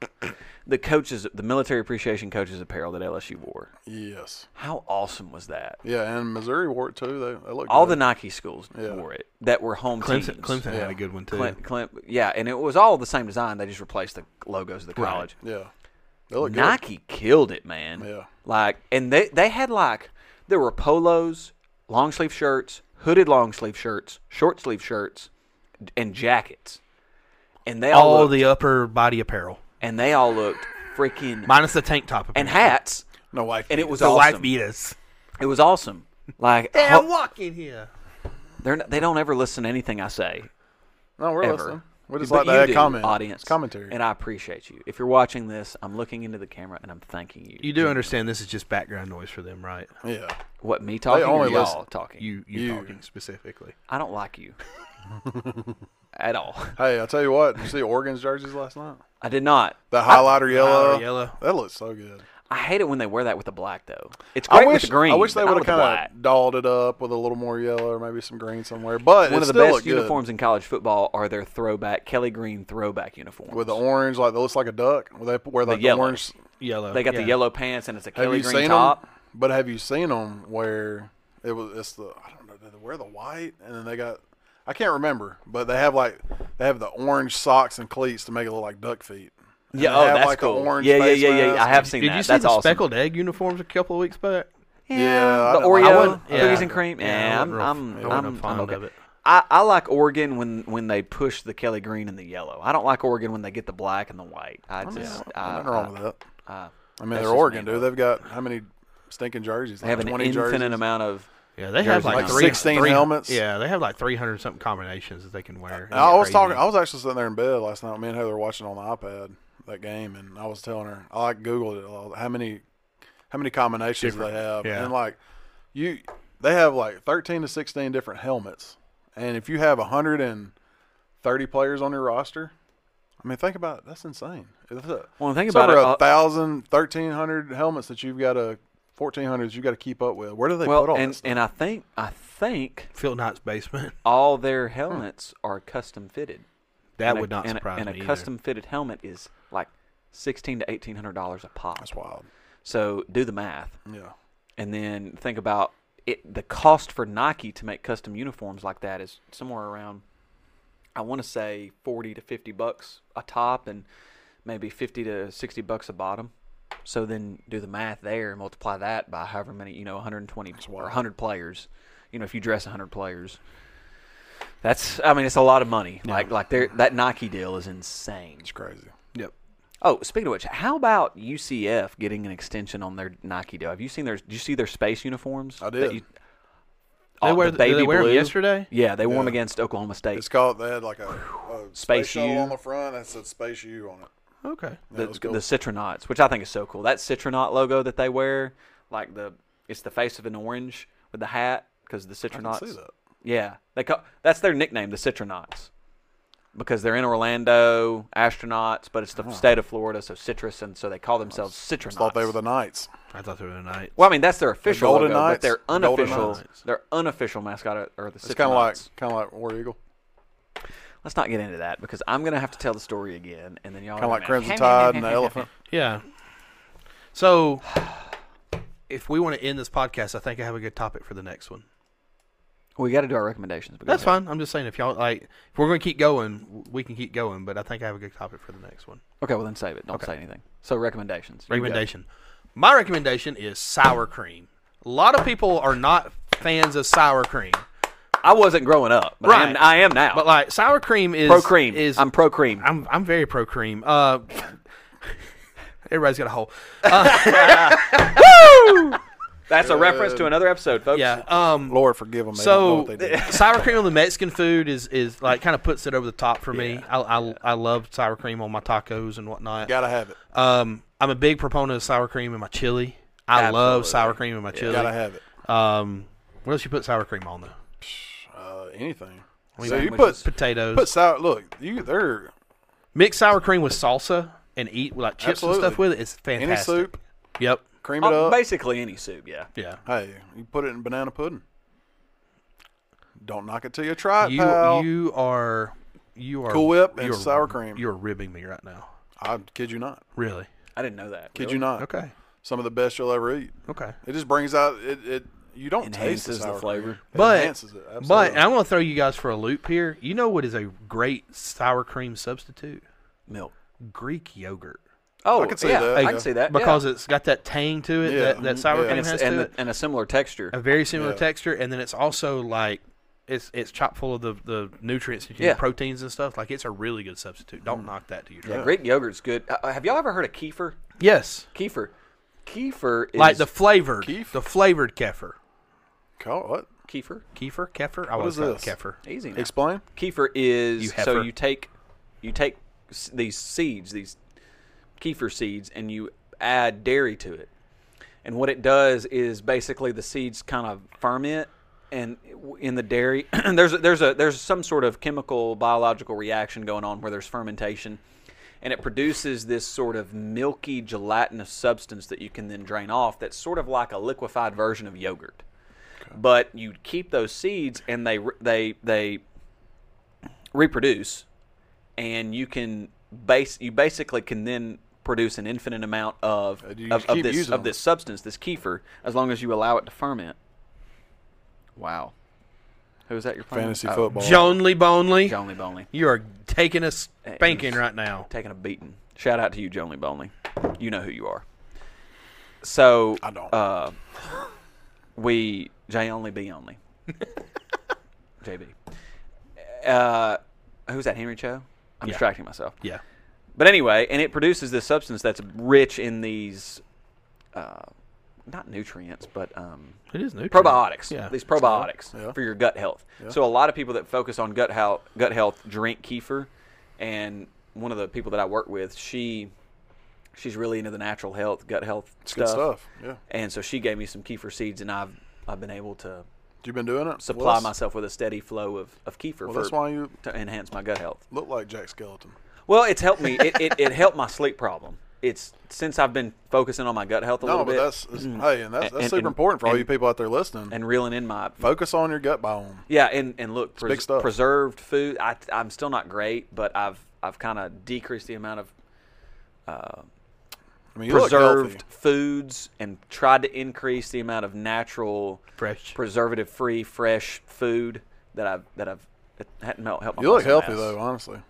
A: the coaches, the military appreciation coaches' apparel that LSU wore.
C: Yes.
A: How awesome was that?
C: Yeah, and Missouri wore it too. They, they looked
A: All the
C: good.
A: Nike schools wore it that were home
B: Clemson.
A: teams.
B: Clemson had a good one too.
A: Clint, Clint, yeah, and it was all the same design. They just replaced the logos of the college.
C: yeah, they looked
A: Nike killed it, man.
C: Yeah.
A: Like, and they they had like there were polos, long sleeve shirts, hooded long sleeve shirts, short sleeve shirts, d- and jackets, and they all,
B: All
A: looked,
B: the upper body apparel,
A: and they all looked freaking
B: minus the tank top,
A: and
B: apparel.
A: hats,
C: good. No wife.
A: and it was
B: the
A: awesome.
B: wife beat us.
A: it was awesome. Like ho-
B: walk in here.
A: they're not, they don't ever listen to anything I say
C: no, we're
A: ever.
C: listening. We just
A: But
C: like
A: you
C: to add
A: do,
C: comment
A: audience
C: commentary.
A: and I appreciate you. If you're watching this, I'm looking into the camera and I'm thanking you.
B: You do understand this is just background noise for them, right?
C: yeah,
A: what me talking or
C: only
A: y'all
C: listen-
A: talking?
B: You you,
C: You.
B: talking specifically?
A: I don't like you at all.
C: hey, I tell you what, you see Oregon's jerseys last night.
A: I did not.
C: The highlighter yellow,
B: yellow.
C: That looks so good.
A: I hate it when they wear that with the black though. It's
C: I
A: great
C: wish
A: with the green.
C: I wish they
A: would
C: would
A: have
C: have kind of dolled it up with a little more yellow or maybe some green somewhere. But
A: One of
C: it
A: the
C: still
A: best
C: looked good.
A: uniforms in college football are their throwback Kelly Green throwback uniforms.
C: with the orange, like that looks like a duck. Where they wear like the,
A: yellow.
C: orange.
B: Yellow.
A: they got the
B: yeah.
A: yellow pants and it's a
C: Have
A: Kelly
C: you
A: Green
C: seen
A: top.
C: them? But have you seen them where it was? It's the I don't know. They wear the white, and then they got I can't remember, but they have like they have the orange socks and cleats to make it look like duck feet. And
A: Yeah,
C: they
A: oh,
C: have,
A: that's
C: like, the
A: cool.
C: orange
A: yeah, yeah,
C: face
A: yeah, yeah, yeah.
C: mask.
A: I have seen
B: Did
A: that.
B: you see
A: That's
B: the
A: awesome.
B: speckled egg uniforms a couple of weeks back?
C: Yeah, I
A: the
C: don't- I
A: Oreo
C: wouldn't-
B: yeah.
A: cookies and cream. Yeah,
B: Yeah, I
A: I'm,
B: wasn't
A: I'm,
B: real- I
A: I'm,
B: wasn't
A: I'm
B: fond
A: okay.
B: of it.
A: I, I like Oregon when, when they push the Kelly Green and the yellow. I don't like Oregon when they get the black and the white. I just I,
C: Nothing wrong with that.
A: I,
C: I mean,
A: Uh, that's
C: they're
A: just
C: Oregon,
A: me,
C: dude. They've got how many stinking jerseys?
A: I have an
C: like 20
A: infinite
C: jerseys.
A: amount of
B: Yeah, they have
A: Jersey
B: like,
A: numbers.
B: three,
C: 16
B: three-
C: helmets?
B: Yeah, they have like three hundred something combinations that they can wear.
C: I was
B: Crazy.
C: talking. I was actually sitting there in bed last night. Me and Heather were watching on the iPad that game, and I was telling her I like Googled it. all- How many, how many combinations they have,
B: yeah.
C: and like you, they have like thirteen to sixteen different helmets, and if you have hundred and thirty players on your roster, I mean, think about it. That's insane. It's a,
A: Well, think
C: it's
A: about
C: over
A: it,
C: a
A: uh,
C: thousand, thirteen hundred helmets that you've got to. 1400s you got to keep up with. Where do they put
A: Well,
C: all
A: and
C: that stuff?
A: and I think I think
B: Phil Knight's basement.
A: all their helmets are custom fitted.
B: That
A: And a-
B: would not
A: and a-
B: surprise
A: And a
B: me. either.
A: custom fitted helmet is like sixteen to eighteen hundred dollars a pop.
C: That's wild.
A: So do the math,
C: Yeah.
A: and then think about it. The cost for Nike to make custom uniforms like that is somewhere around, I want to say forty to fifty bucks a top, and maybe fifty to sixty bucks a bottom. So then do the math there and multiply that by however many you know, 120 or 100 players. You know, if you dress 100 players, that's I mean, it's a lot of money. Like like there that Nike deal is insane.
C: It's crazy.
B: Yep.
A: Oh, speaking of which, how about UCF getting an extension on their Nike deal? Have you seen their? Do you see their space uniforms?
C: I
A: that
C: did.
A: you-
B: They
A: Oh,
B: wear-
A: the
B: did they
A: baby
B: wear 'em
A: blue?
B: yesterday?
A: Yeah, they wore them
C: Yeah.
A: against Oklahoma State.
C: It's called. They had like a, a
A: Space
C: space shuttle
A: U.
C: on the front that said Space U on it.
B: Okay.
A: the,
C: was cool.
A: the Citronauts, which I think is so cool. That Citronaut logo that they wear, like the it's the face of an orange with the hat because the Citronauts.
C: see that.
A: Yeah, they call, that's their nickname, the Citronauts, because they're in Orlando, astronauts, but it's the state of Florida, so citrus, and so they call themselves Citronauts.
C: Thought they were Ah. the Knights.
B: I thought they were the night.
A: Well, I mean that's their official
C: Golden
A: logo,
C: Knights?
A: but their
C: The Golden
A: unofficial,
B: Knights.
A: their unofficial mascot are- are the.
C: It's kind of like kind of like War Eagle,
A: Let's not get into that because I'm gonna have to tell the story again, and then y'all.
C: kind
A: are
C: of like
A: gonna-
C: Crimson Tide and the Elephant.
B: Yeah. So, if we want to end this podcast, I think I have a good topic for the next one.
A: We got to do our recommendations. but go
B: That's
A: ahead.
B: fine. I'm just saying, if y'all like, if we're going to keep going, w- we can keep going. But I think I have a good topic for the next one.
A: Okay, well then save it. Don't say anything. So recommendations.
B: Recommendation. My recommendation is sour cream. A lot of people are not fans of sour cream,
A: I wasn't growing up, but I, am,
B: Right.
A: I am now.
B: but like sour cream is
A: pro cream.
B: Is
A: I'm pro cream.
B: I'm I'm very pro cream. Uh, everybody's got a hole.
A: That's a reference to another episode, folks.
B: Yeah. Um.
C: Lord forgive them. They
B: So
C: don't know what they do.
B: sour cream on the Mexican food is is like kind of puts it over the top for me. I, I I love sour cream on my tacos and whatnot.
C: gotta have it.
B: Um, I'm a big proponent of sour cream in my chili. I love sour cream in my chili.
C: Gotta have it.
B: Um, what else you put sour cream on though?
C: Uh, anything.
B: mean,
C: So you put
A: sandwiches.
B: Potatoes.
C: put sour. Look, you they're
B: Mix sour cream with salsa and eat with like chips and stuff
C: Absolutely.
B: with it. It's
C: any
B: fantastic.
C: soup,
B: Yep.
C: cream it
A: Oh,
C: up.
A: basically any soup. Yeah.
B: Yeah.
C: Hey, you put it in banana pudding. Don't knock it till you try it,
B: You
C: pal.
B: you are you are
C: Cool Whip and
B: you're-
C: sour cream.
B: You're ribbing me right now.
C: I kid you not.
B: Really?
A: I didn't know that.
C: Kid you not.
B: Okay.
C: Some of the best you'll ever eat.
B: Okay.
C: Uh, It just brings out it. it you don't
A: Enhances
C: taste
A: the
C: sour
A: flavor.
C: cream. It
B: But
C: enhances it.
B: but
C: absolutely.
B: and I'm gonna throw you guys for a loop here. You know what is a great sour cream substitute?
A: Milk.
B: Greek yogurt.
A: Oh,
C: I can see
A: yeah,
C: that,
A: I
C: yeah.
A: can see that yeah.
B: because it's got that tang to it
C: Yeah.
B: that, that sour
C: Yeah.
B: cream
A: and, it's,
B: has
A: and,
B: to
A: the-
B: it.
A: and a similar texture.
B: A very similar
C: Yeah.
B: texture, and then it's also like it's it's chock full of the, the nutrients, and
A: Yeah.
B: proteins and stuff. Like it's a really good substitute. Don't
C: Mm.
B: knock that to your
A: Yeah,
B: yeah.
A: Greek yogurt's good. Uh, have y'all ever heard of kefir?
B: Yes,
A: Kefir. Kefir is
B: like the flavored,
C: Keef?
B: the flavored kefir,
C: Call what?
A: kefir.
B: kefir, kefir. I was
C: is
B: call it
C: this?
B: kefir.
A: Easy. Now.
C: Explain.
A: Kefir is
B: You
A: so
B: heifer.
A: you take you take s- these seeds, these kefir seeds, and you add dairy to it. And what it does is basically the seeds kind of ferment, and w- in the dairy, there's a, there's a there's some sort of chemical biological reaction going on where there's fermentation, and it produces this sort of milky gelatinous substance that you can then drain off. That's sort of like a liquefied version of yogurt, but you keep those seeds and they re- they they reproduce and you can base you basically can then produce an infinite amount of
C: Uh, you
A: of,
C: just
A: of
C: keep
A: this
C: using
A: of
C: them.
A: this substance this kefir as long as you allow it to ferment wow who is that you're playing with?
C: Fantasy
A: Oh,
C: football.
B: Jonely Bonely,
A: Jonely Bonley
B: you are taking a spanking right now.
A: taking a beating shout out to you Jonely Bonley you know who you are so
C: I don't.
A: uh, we J only B only JB uh, who's that Henry Cho I'm distracting myself
B: Yeah,
A: But anyway, and it produces this substance that's rich in these uh, not nutrients, but um,
B: It is nutrient.
A: probiotics.
B: Yeah.
A: These probiotics
C: Yeah.
A: for your gut health. So a lot of people that focus on gut health, gut health drink kefir, and one of the people that I work with, she she's really into the natural health, gut health
C: good
A: stuff.
C: stuff. Yeah.
A: And so she gave me some kefir seeds, and I've I've been able to
C: You been doing it?
A: supply
C: Well, that's-
A: myself with a steady flow of of kefir.
C: Well,
A: for,
C: that's why you
A: to enhance my gut health.
C: look like Jack Skeleton.
A: Well, it's helped me. It, it, it helped my sleep problem. It's since I've been focusing on my gut health a
C: No,
A: little
C: but
A: bit Mm-hmm.
C: that's, that's hey, and that's, that's
A: And-
C: super
A: and-
C: important for all
A: and-
C: you people out there listening.
A: and reeling in my
C: Focus on your gut biome.
A: yeah, and and look, pres-
C: big stuff.
A: preserved food. I I'm still not great, but I've I've kind of decreased the amount of
C: I mean, you look healthy.
A: preserved foods and tried to increase the amount of natural
B: Fresh.
A: preservative free fresh food that I've that I've it hadn't helped. helped my
C: You look
A: muscle
C: healthy
A: mass.
C: though, honestly.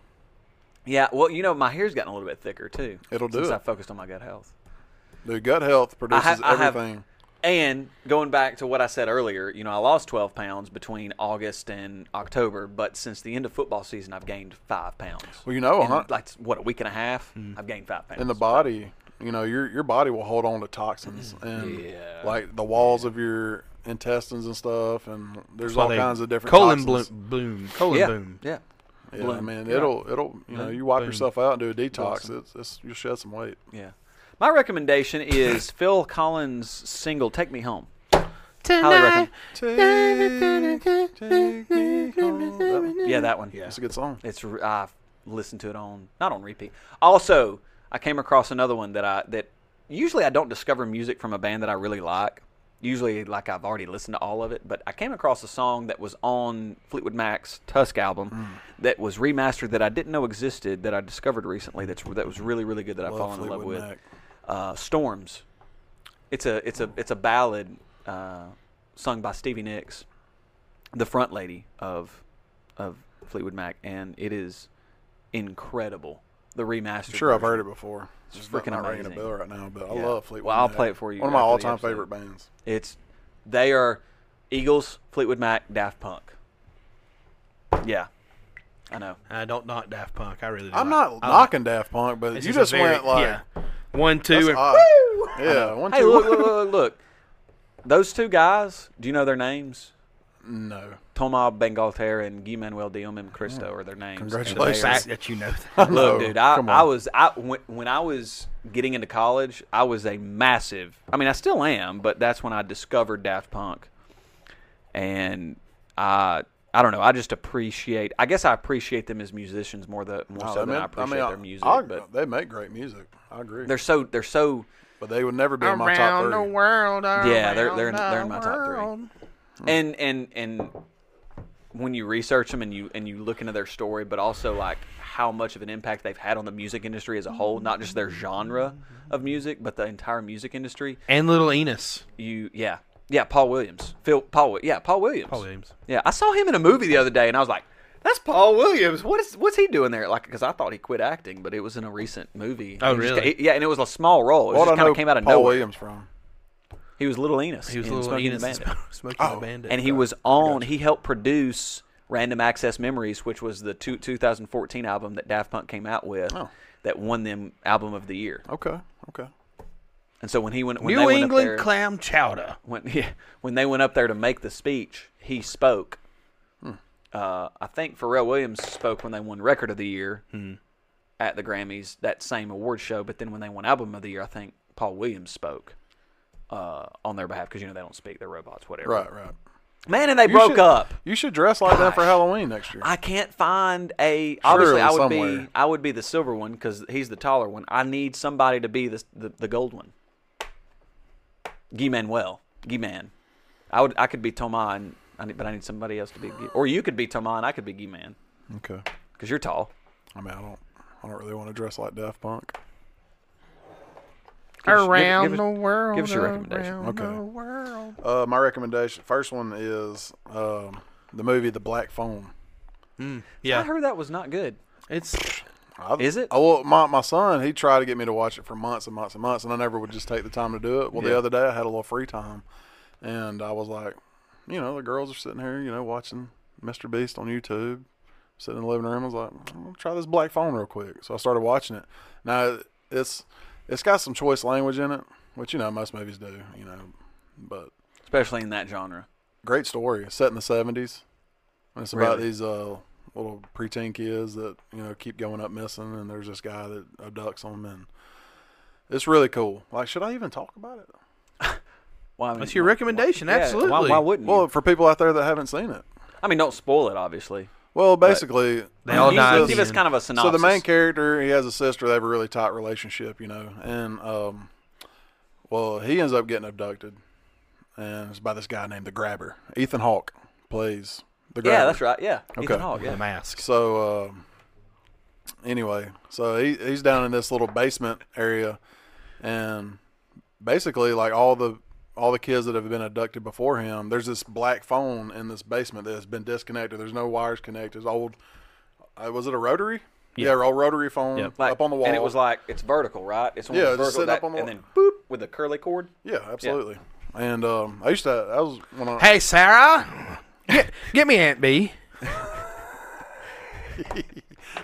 A: Yeah, well, you know, my hair's gotten a little bit thicker too.
C: It'll do
A: since
C: it.
A: I focused on my gut health.
C: Dude, gut health
A: I
C: produces
A: ha- I have-
C: everything.
A: and going back to what I said earlier, you know, I lost 12 pounds between August and October, but since the end of football season, I've gained five pounds.
C: Well, you know,
A: In,
C: huh?
A: like what a week and a half, I've gained five pounds.
C: in the body, you know, your your body will hold on to toxins and
A: Mm-hmm. Yeah.
C: like the walls of your intestines and stuff, and there's
B: Why
C: all
B: they-
C: kinds of different
B: colon
C: toxins.
B: bloom, bloom colon
A: yeah,
B: boom.
A: yeah.
C: Yeah,
A: bloom.
C: man, it'll it'll you know you wipe
B: Boom.
C: yourself out and do a detox. It's, it's you'll shed some weight.
A: Yeah. My recommendation is Phil Collins' single "Take Me Home." Highly
D: Tonight.
A: recommend.
C: That's
A: Yeah, that one.
C: a good song.
A: It's re- I've listened to it on not on repeat. Also, I came across another one that I that usually I don't discover music from a band that I really like. Usually, like I've already listened to all of it, but I came across a song that was on Fleetwood Mac's Tusk album
C: Hmm.
A: that was remastered that I didn't know existed that I discovered recently. That's that was really really good that I've fallen in love
C: Fleetwood
A: with.
C: Mac.
A: Uh, Storms. It's a it's a it's a ballad uh, sung by Stevie Nicks, the front lady of of Fleetwood Mac, and it is incredible. The remaster.
C: I'm sure I've heard it before. It's just
A: freaking
C: freaking not ringing a
A: amazing.
C: bell right now, but
A: Yeah.
C: I love Fleetwood.
A: Well, I'll
C: Mac.
A: play it for you
C: One of my
A: after the
C: all-time
A: episode.
C: favorite bands.
A: It's they are Eagles, Fleetwood Mac, Daft Punk. Yeah, I know.
B: I don't knock Daft Punk. I really. do
C: I'm not
B: like- I like-
C: knocking Daft Punk, but
B: This
C: you
B: is a
C: just
B: very-
C: went like
B: yeah. one two
C: that's
B: and
C: odd. Yeah, one
A: Hey,
C: two.
A: look, look, look, look. Those two guys. Do you know their names?
C: No,
A: Toma Bengalter and Guy Manuel Diomim Cristo are their names. and they are-
B: the
C: Congratulations.
B: fact that you know that.
A: Look,
C: No,
A: dude, I,
C: come
A: I
C: on.
A: was I when, when I was getting into college, I was a massive. I mean, I still am, but that's when I discovered Daft Punk, and I I don't know. I just appreciate. I guess I appreciate them as musicians more the more so
C: Oh, I
A: than
C: mean,
A: I appreciate
C: I mean,
A: their music.
C: I-
A: but
C: they make great music. I agree.
A: they're so they're so
C: But they would never be in my top
D: Around
C: three.
D: the world.
A: Yeah, they're-
D: around
A: they're in- they're in
D: the
A: my top three.
D: world.
C: Hmm.
A: and and and when you research them and you and you look into their story, but also like how much of an impact they've had on the music industry as a whole, not just their genre of music, but the entire music industry.
B: and little Enos.
A: you yeah yeah paul williams phil paul Wi- yeah paul williams
B: Paul Williams.
A: yeah i saw him in a movie the other day and i was like that's paul williams what is what's he doing there like because i thought he quit acting but it was in a recent movie
B: Oh,
A: He just
B: really?
A: ca- yeah and it was a small role it
C: What I
A: just kind
C: know
A: of came out of
C: Paul
A: nowhere
C: Williams from.
A: he was little enos
B: He was
A: in
B: little
A: Smoking the
B: Enos and
A: Bandit.
B: Sm- smoking
C: Oh.
B: the bandit.
A: and he was on he helped produce random access memories which was the two, 2014 album that daft punk came out with
C: Oh.
A: that won them album of the year
C: Okay, okay.
A: and so when he went when they
B: New
A: went up
B: England
A: there-
B: clam chowder.
A: when yeah, when they went up there to make the speech, he spoke.
C: Hmm.
A: Uh, I think Pharrell Williams spoke when they won Record of the Year
C: Hmm.
A: at the Grammys that same award show. But then when they won Album of the Year, I think Paul Williams spoke uh, on their behalf because you know they don't speak; they're robots, whatever.
C: Right, right.
A: Man, and they
C: You
A: broke
C: should-
A: up.
C: You should dress like that for Halloween next year.
A: I can't find a. Obviously, I would be
C: somewhere.
A: I would be the silver one because he's the taller one. I need somebody to be the the, the gold one. Guy Manuel, Guy Man. I would I could be Toman, I need, but I need somebody else to be. Guy- Or you could be Toman. I could be Guy Man
C: okay.
A: because you're tall.
C: I mean, I don't, I don't really want to dress like Daft Punk.
A: Give us- give-
D: Around
A: give us-
D: the world.
A: give us your recommendation.
D: around
C: Okay.
D: the world.
C: Uh, my recommendation, first one is um, the movie The Black Phone.
A: I
B: Yeah,
A: heard that was not good.
B: it's
C: I,
A: Is it?
C: I, well, my my son, he tried to get me to watch it for months and months and months, and I never would just take the time to do it. Well,
B: Yeah.
C: the other day I had a little free time, and I was like, you know, the girls are sitting here, you know, watching Mr. Beast on YouTube, sitting in the living room. I was like, I'm gonna try this Black Phone real quick. So I started watching it. Now it's it's got some choice language in it, which you know most movies do. You know, but
A: especially in that genre.
C: great story. It's set in the seventies. It's about
A: Really?
C: these uh, little preteen kids that you know keep going up missing, and there's this guy that abducts them, and it's really cool. Like, should I even talk about it?
A: Well, I mean,
B: That's your
A: why-
B: recommendation,
A: why- yeah,
B: absolutely.
A: Why, why wouldn't you?
C: Well, for people out there that haven't seen it,
A: I mean, don't spoil it, obviously.
C: well, basically,
B: They all
A: Give-
B: die at the
A: Give us
B: end.
A: kind of a synopsis.
C: So the main character, he has a sister. They have a really tight relationship, you know, and um, well, he ends up getting abducted, and it's by this guy named the Grabber. Ethan Hawke plays the Grabber.
A: Yeah, that's right. Yeah, Ethan
C: Okay.
A: Hawke.
B: The
A: Yeah.
B: mask.
C: So um, anyway, so he he's down in this little basement area, and basically like all the all the kids that have been abducted before him, there's this black phone in this basement that has been disconnected. There's no wires connected. It's old. Uh, was it a rotary? Yeah, old rotary phone
B: Yep.
A: Like-
C: up on the wall.
A: and it was like it's vertical, right? It's one
C: Yeah,
A: of
C: it's
A: those vertical,
C: set
A: that,
C: up on the
A: and
C: wall.
A: then boop with a curly cord.
C: yeah, absolutely. And um, I used to. That was when I,
B: Hey, Sarah, get, get me Aunt B.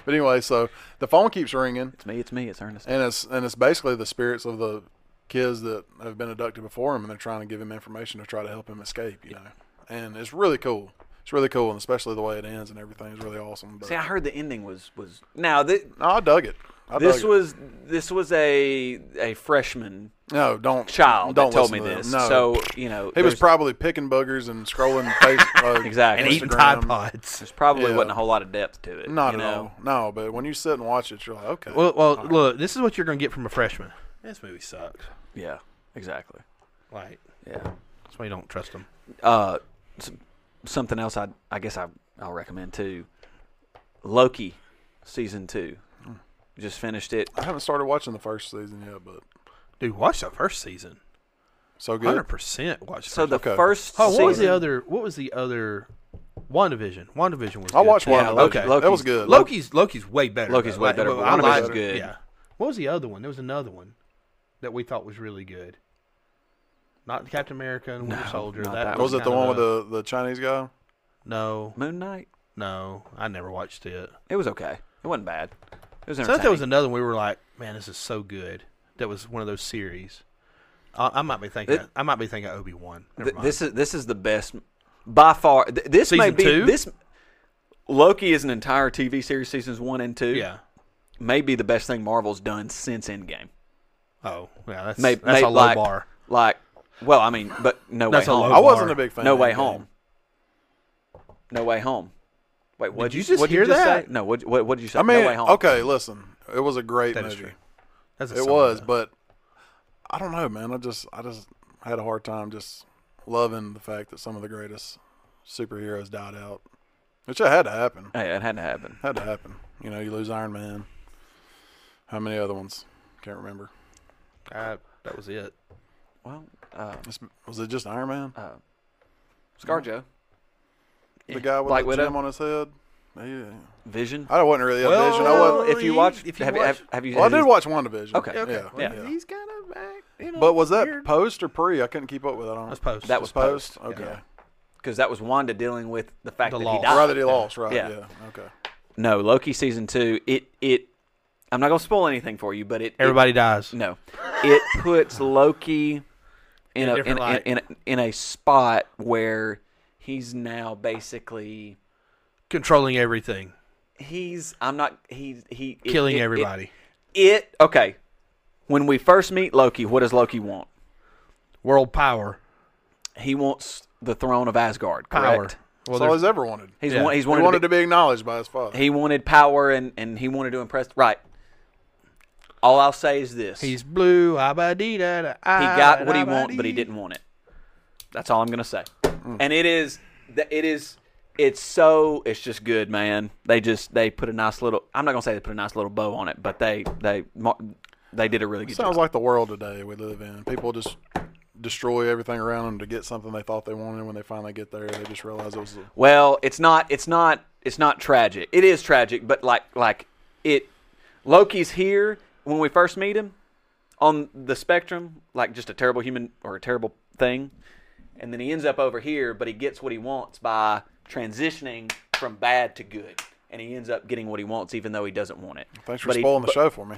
C: But anyway, so the phone keeps ringing,
A: It's me. It's me. It's Ernest.
C: and it's and it's basically the spirits of the kids that have been abducted before him, and they're trying to give him information to try to help him escape. You know, and it's really cool. It's really cool, and especially the way it ends and everything is really awesome. But
A: See, I heard the ending was was now th-
C: no, I dug it. I
A: this
C: dug it.
A: was this was a a freshman
C: no, don't
A: child
C: Don't
A: that told
C: listen
A: me
C: to them.
A: this.
C: No,
A: So you know
C: he was
A: there's-
C: probably picking buggers and scrolling Facebook.
A: Exactly.
B: And eating
C: Instagram.
B: Tide Pods.
A: there's probably
C: yeah.
A: wasn't a whole lot of depth to it.
C: Not
A: you
C: at
A: know?
C: all. No, but when you sit and watch it, you're like, okay.
B: Well, well, look, this is what you're gonna get from a freshman. This movie sucks.
A: Yeah, exactly.
B: Like
A: Yeah.
B: that's why you don't trust them.
A: Uh, s- something else I I guess I I'll recommend too. Loki, season two, just finished it.
C: Hmm. I haven't started watching the first season yet, but
B: Dude, watch the first season.
C: so good.
B: Hundred percent. Watch. The
A: So
B: first
A: the
C: Okay.
A: first.
B: Oh, what was
A: season-
B: the other? What was the other? WandaVision. WandaVision was.
C: I
B: good,
C: watched
B: too.
C: one.
A: Yeah,
C: Loki.
B: okay.
C: That was
A: Loki's-
C: good.
B: Loki's Loki's way better.
A: Loki's
B: though.
A: way
B: Like,
A: better,
B: well,
A: but
B: I
C: WandaVision's
B: like-
A: good.
B: Yeah. What was the other one? There was another one that we thought was really good. Not Captain America and Winter
A: No,
B: Soldier.
A: not
B: That,
A: that
C: Was it the
B: kind
C: one
B: of
C: with
B: a-
C: the, the Chinese guy?
B: No,
A: Moon Knight?
B: no, I never watched it.
A: It was okay. It wasn't bad. It was
B: So I
A: entertaining.
B: thought there was another one we were like, man, this is so good. That was one of those series. I, I might be thinking.
A: It-
B: I might be thinking Obi Wan.
A: Th- this is this is the best by far. Th- this may
B: Season
A: be
B: two?
A: this. Loki is an entire TV series, seasons one and two.
B: yeah.
A: may be the best thing Marvel's done since Endgame.
B: Oh, yeah. That's
A: May,
B: that's
A: may-
B: a low
A: like,
B: bar.
A: Like, well, I mean, but no
B: That's
A: way
B: a
A: home.
B: low
C: I wasn't
B: Bar.
C: a big fan.
A: no
C: of
A: way
C: Endgame.
A: home. No way home. Wait, what
B: Did you just
A: what'd
B: hear
A: you just
B: that?
A: Say? No, what what did you say?
C: I mean,
A: no way home.
C: okay, listen, it was a great
B: That is
C: movie.
B: true. That's a
C: It
B: solid
C: was,
B: though.
C: but I don't know, man. I just, I just had a hard time just loving the fact that some of the greatest superheroes died out, which it had to happen.
A: Hey, it had to happen.
C: Had to happen. You know, you lose Iron Man. How many other ones? Can't remember.
B: I, that was it.
A: Well, uh,
C: It's, was it just Iron Man?
A: uh, ScarJo,
C: The guy with
A: Black
C: the
A: Widow.
C: gem on his head. Yeah.
A: Vision.
C: I wasn't really a
B: Well,
C: vision. I wasn't.
A: if you watch,
B: if you
A: have,
B: watch-
A: have, have you?
C: Well, I
A: have
C: did
A: you-
C: watch WandaVision.
A: Okay.
C: Yeah.
B: Okay.
A: Yeah.
C: yeah.
B: He's kind of back. You know,
C: But was that
B: weird.
C: post or pre? I couldn't keep up with it. I don't.
B: That's post.
A: That was
C: post.
A: post.
C: Okay.
B: Yeah.
A: because that was Wanda dealing with the fact
B: The
A: that
B: loss.
A: he died.
C: Rather he lost, right? Yeah.
A: Yeah.
C: Okay.
A: No, Loki season two. It it. I'm not gonna spoil anything for you, but it. it-
B: everybody dies.
A: no, it puts Loki in a in,
B: different
A: in,
B: light.
A: in, in a spot where he's now basically
B: Controlling everything,
A: he's. I'm not. He's he it-
B: killing
A: it- it-
B: everybody.
A: it okay. When we first meet Loki, what does Loki want?
B: World power,
A: He wants the throne of Asgard.
B: power.
A: Correct.
C: That's
B: Well,
C: all
B: there's-
C: he's ever wanted.
A: He's
B: Yeah.
A: one, he's
C: He
A: wanted,
C: wanted
A: to
C: to be acknowledged by his father.
A: be, he wanted power and and he wanted to impress. Right. All I'll say is this:
B: he's blue. abba-dee-da-da,
A: he got what he wanted, but he
B: abba-dee.
A: didn't want it. That's all I'm gonna say. And it is that it is it's so it's just good, man. They just they put a nice little. I'm not gonna say they put a nice little bow on it, but they they mar- they did a really good
C: Sounds
A: job.
C: like the world today we live in. People just destroy everything around them to get something they thought they wanted. When they finally get there, they just realize it was. a-
A: well, it's not it's not it's not tragic. It is tragic, but like like it. Loki's here when we first meet him on the spectrum, like just a terrible human or a terrible thing. And then he ends up over here, but he gets what he wants by transitioning from bad to good. And he ends up getting what he wants, even though he doesn't want it.
C: Thanks for
A: But he-
C: spoiling the show for me.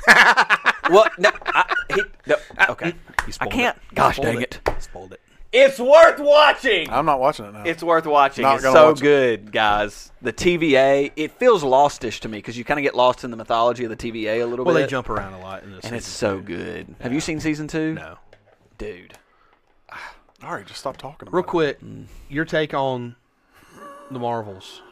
A: Well, no, I, he, no, okay. You
B: You
A: I
B: spoiled
A: can't.
B: It. You
A: Gosh
B: spoiled
A: dang it.
B: Spoiled it.
A: It's worth watching.
C: I'm not watching it now.
A: It's worth watching.
C: Not
A: it's
C: gonna
A: so
C: watch it.
A: good, guys. The TVA, it feels lostish to me because you kind of get lost in the mythology of the TVA a little
B: Well,
A: bit.
B: they jump around a lot in this.
A: and it's
B: season,
A: so
B: too.
A: good. Have you seen season two?
B: No.
A: dude.
C: All right, just stop talking. About
B: Real quick,
A: Mm.
B: your take on the Marvels.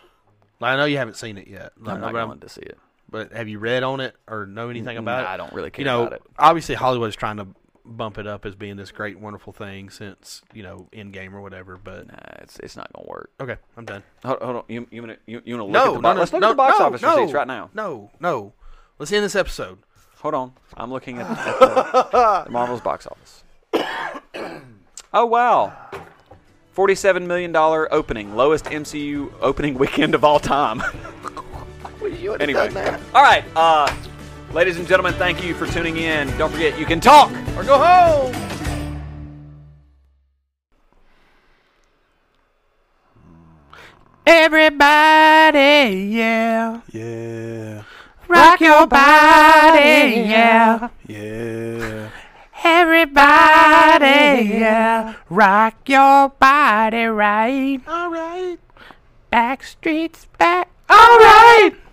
B: Like, I know you haven't seen it yet. Like,
A: I'm not
B: but I'm-
A: going to see it.
B: But have you read on it or know anything about
A: Nah,
B: it?
A: I don't really care
B: You know,
A: about it.
B: obviously Hollywood is trying to bump it up as being this great, wonderful thing since you know Endgame or whatever. But
A: Nah, it's it's not going to work.
B: okay, I'm done.
A: Hold, hold on. You you wanna you, you wanna look at the box? Let's look at the box office receipts right now.
B: No, no. Let's end this episode.
A: Hold on. I'm looking at, at the, the Marvel's box office. Oh wow. Forty-seven million dollar opening, lowest MCU opening weekend of all time. anyway, all right, uh, ladies and gentlemen, thank you for tuning in. Don't forget, you can talk or go home.
B: Everybody, yeah,
C: it. Yeah,
B: rock your body, yeah.
C: yeah.
B: Everybody, yeah, rock your body, right? All right. Back streets back. All right.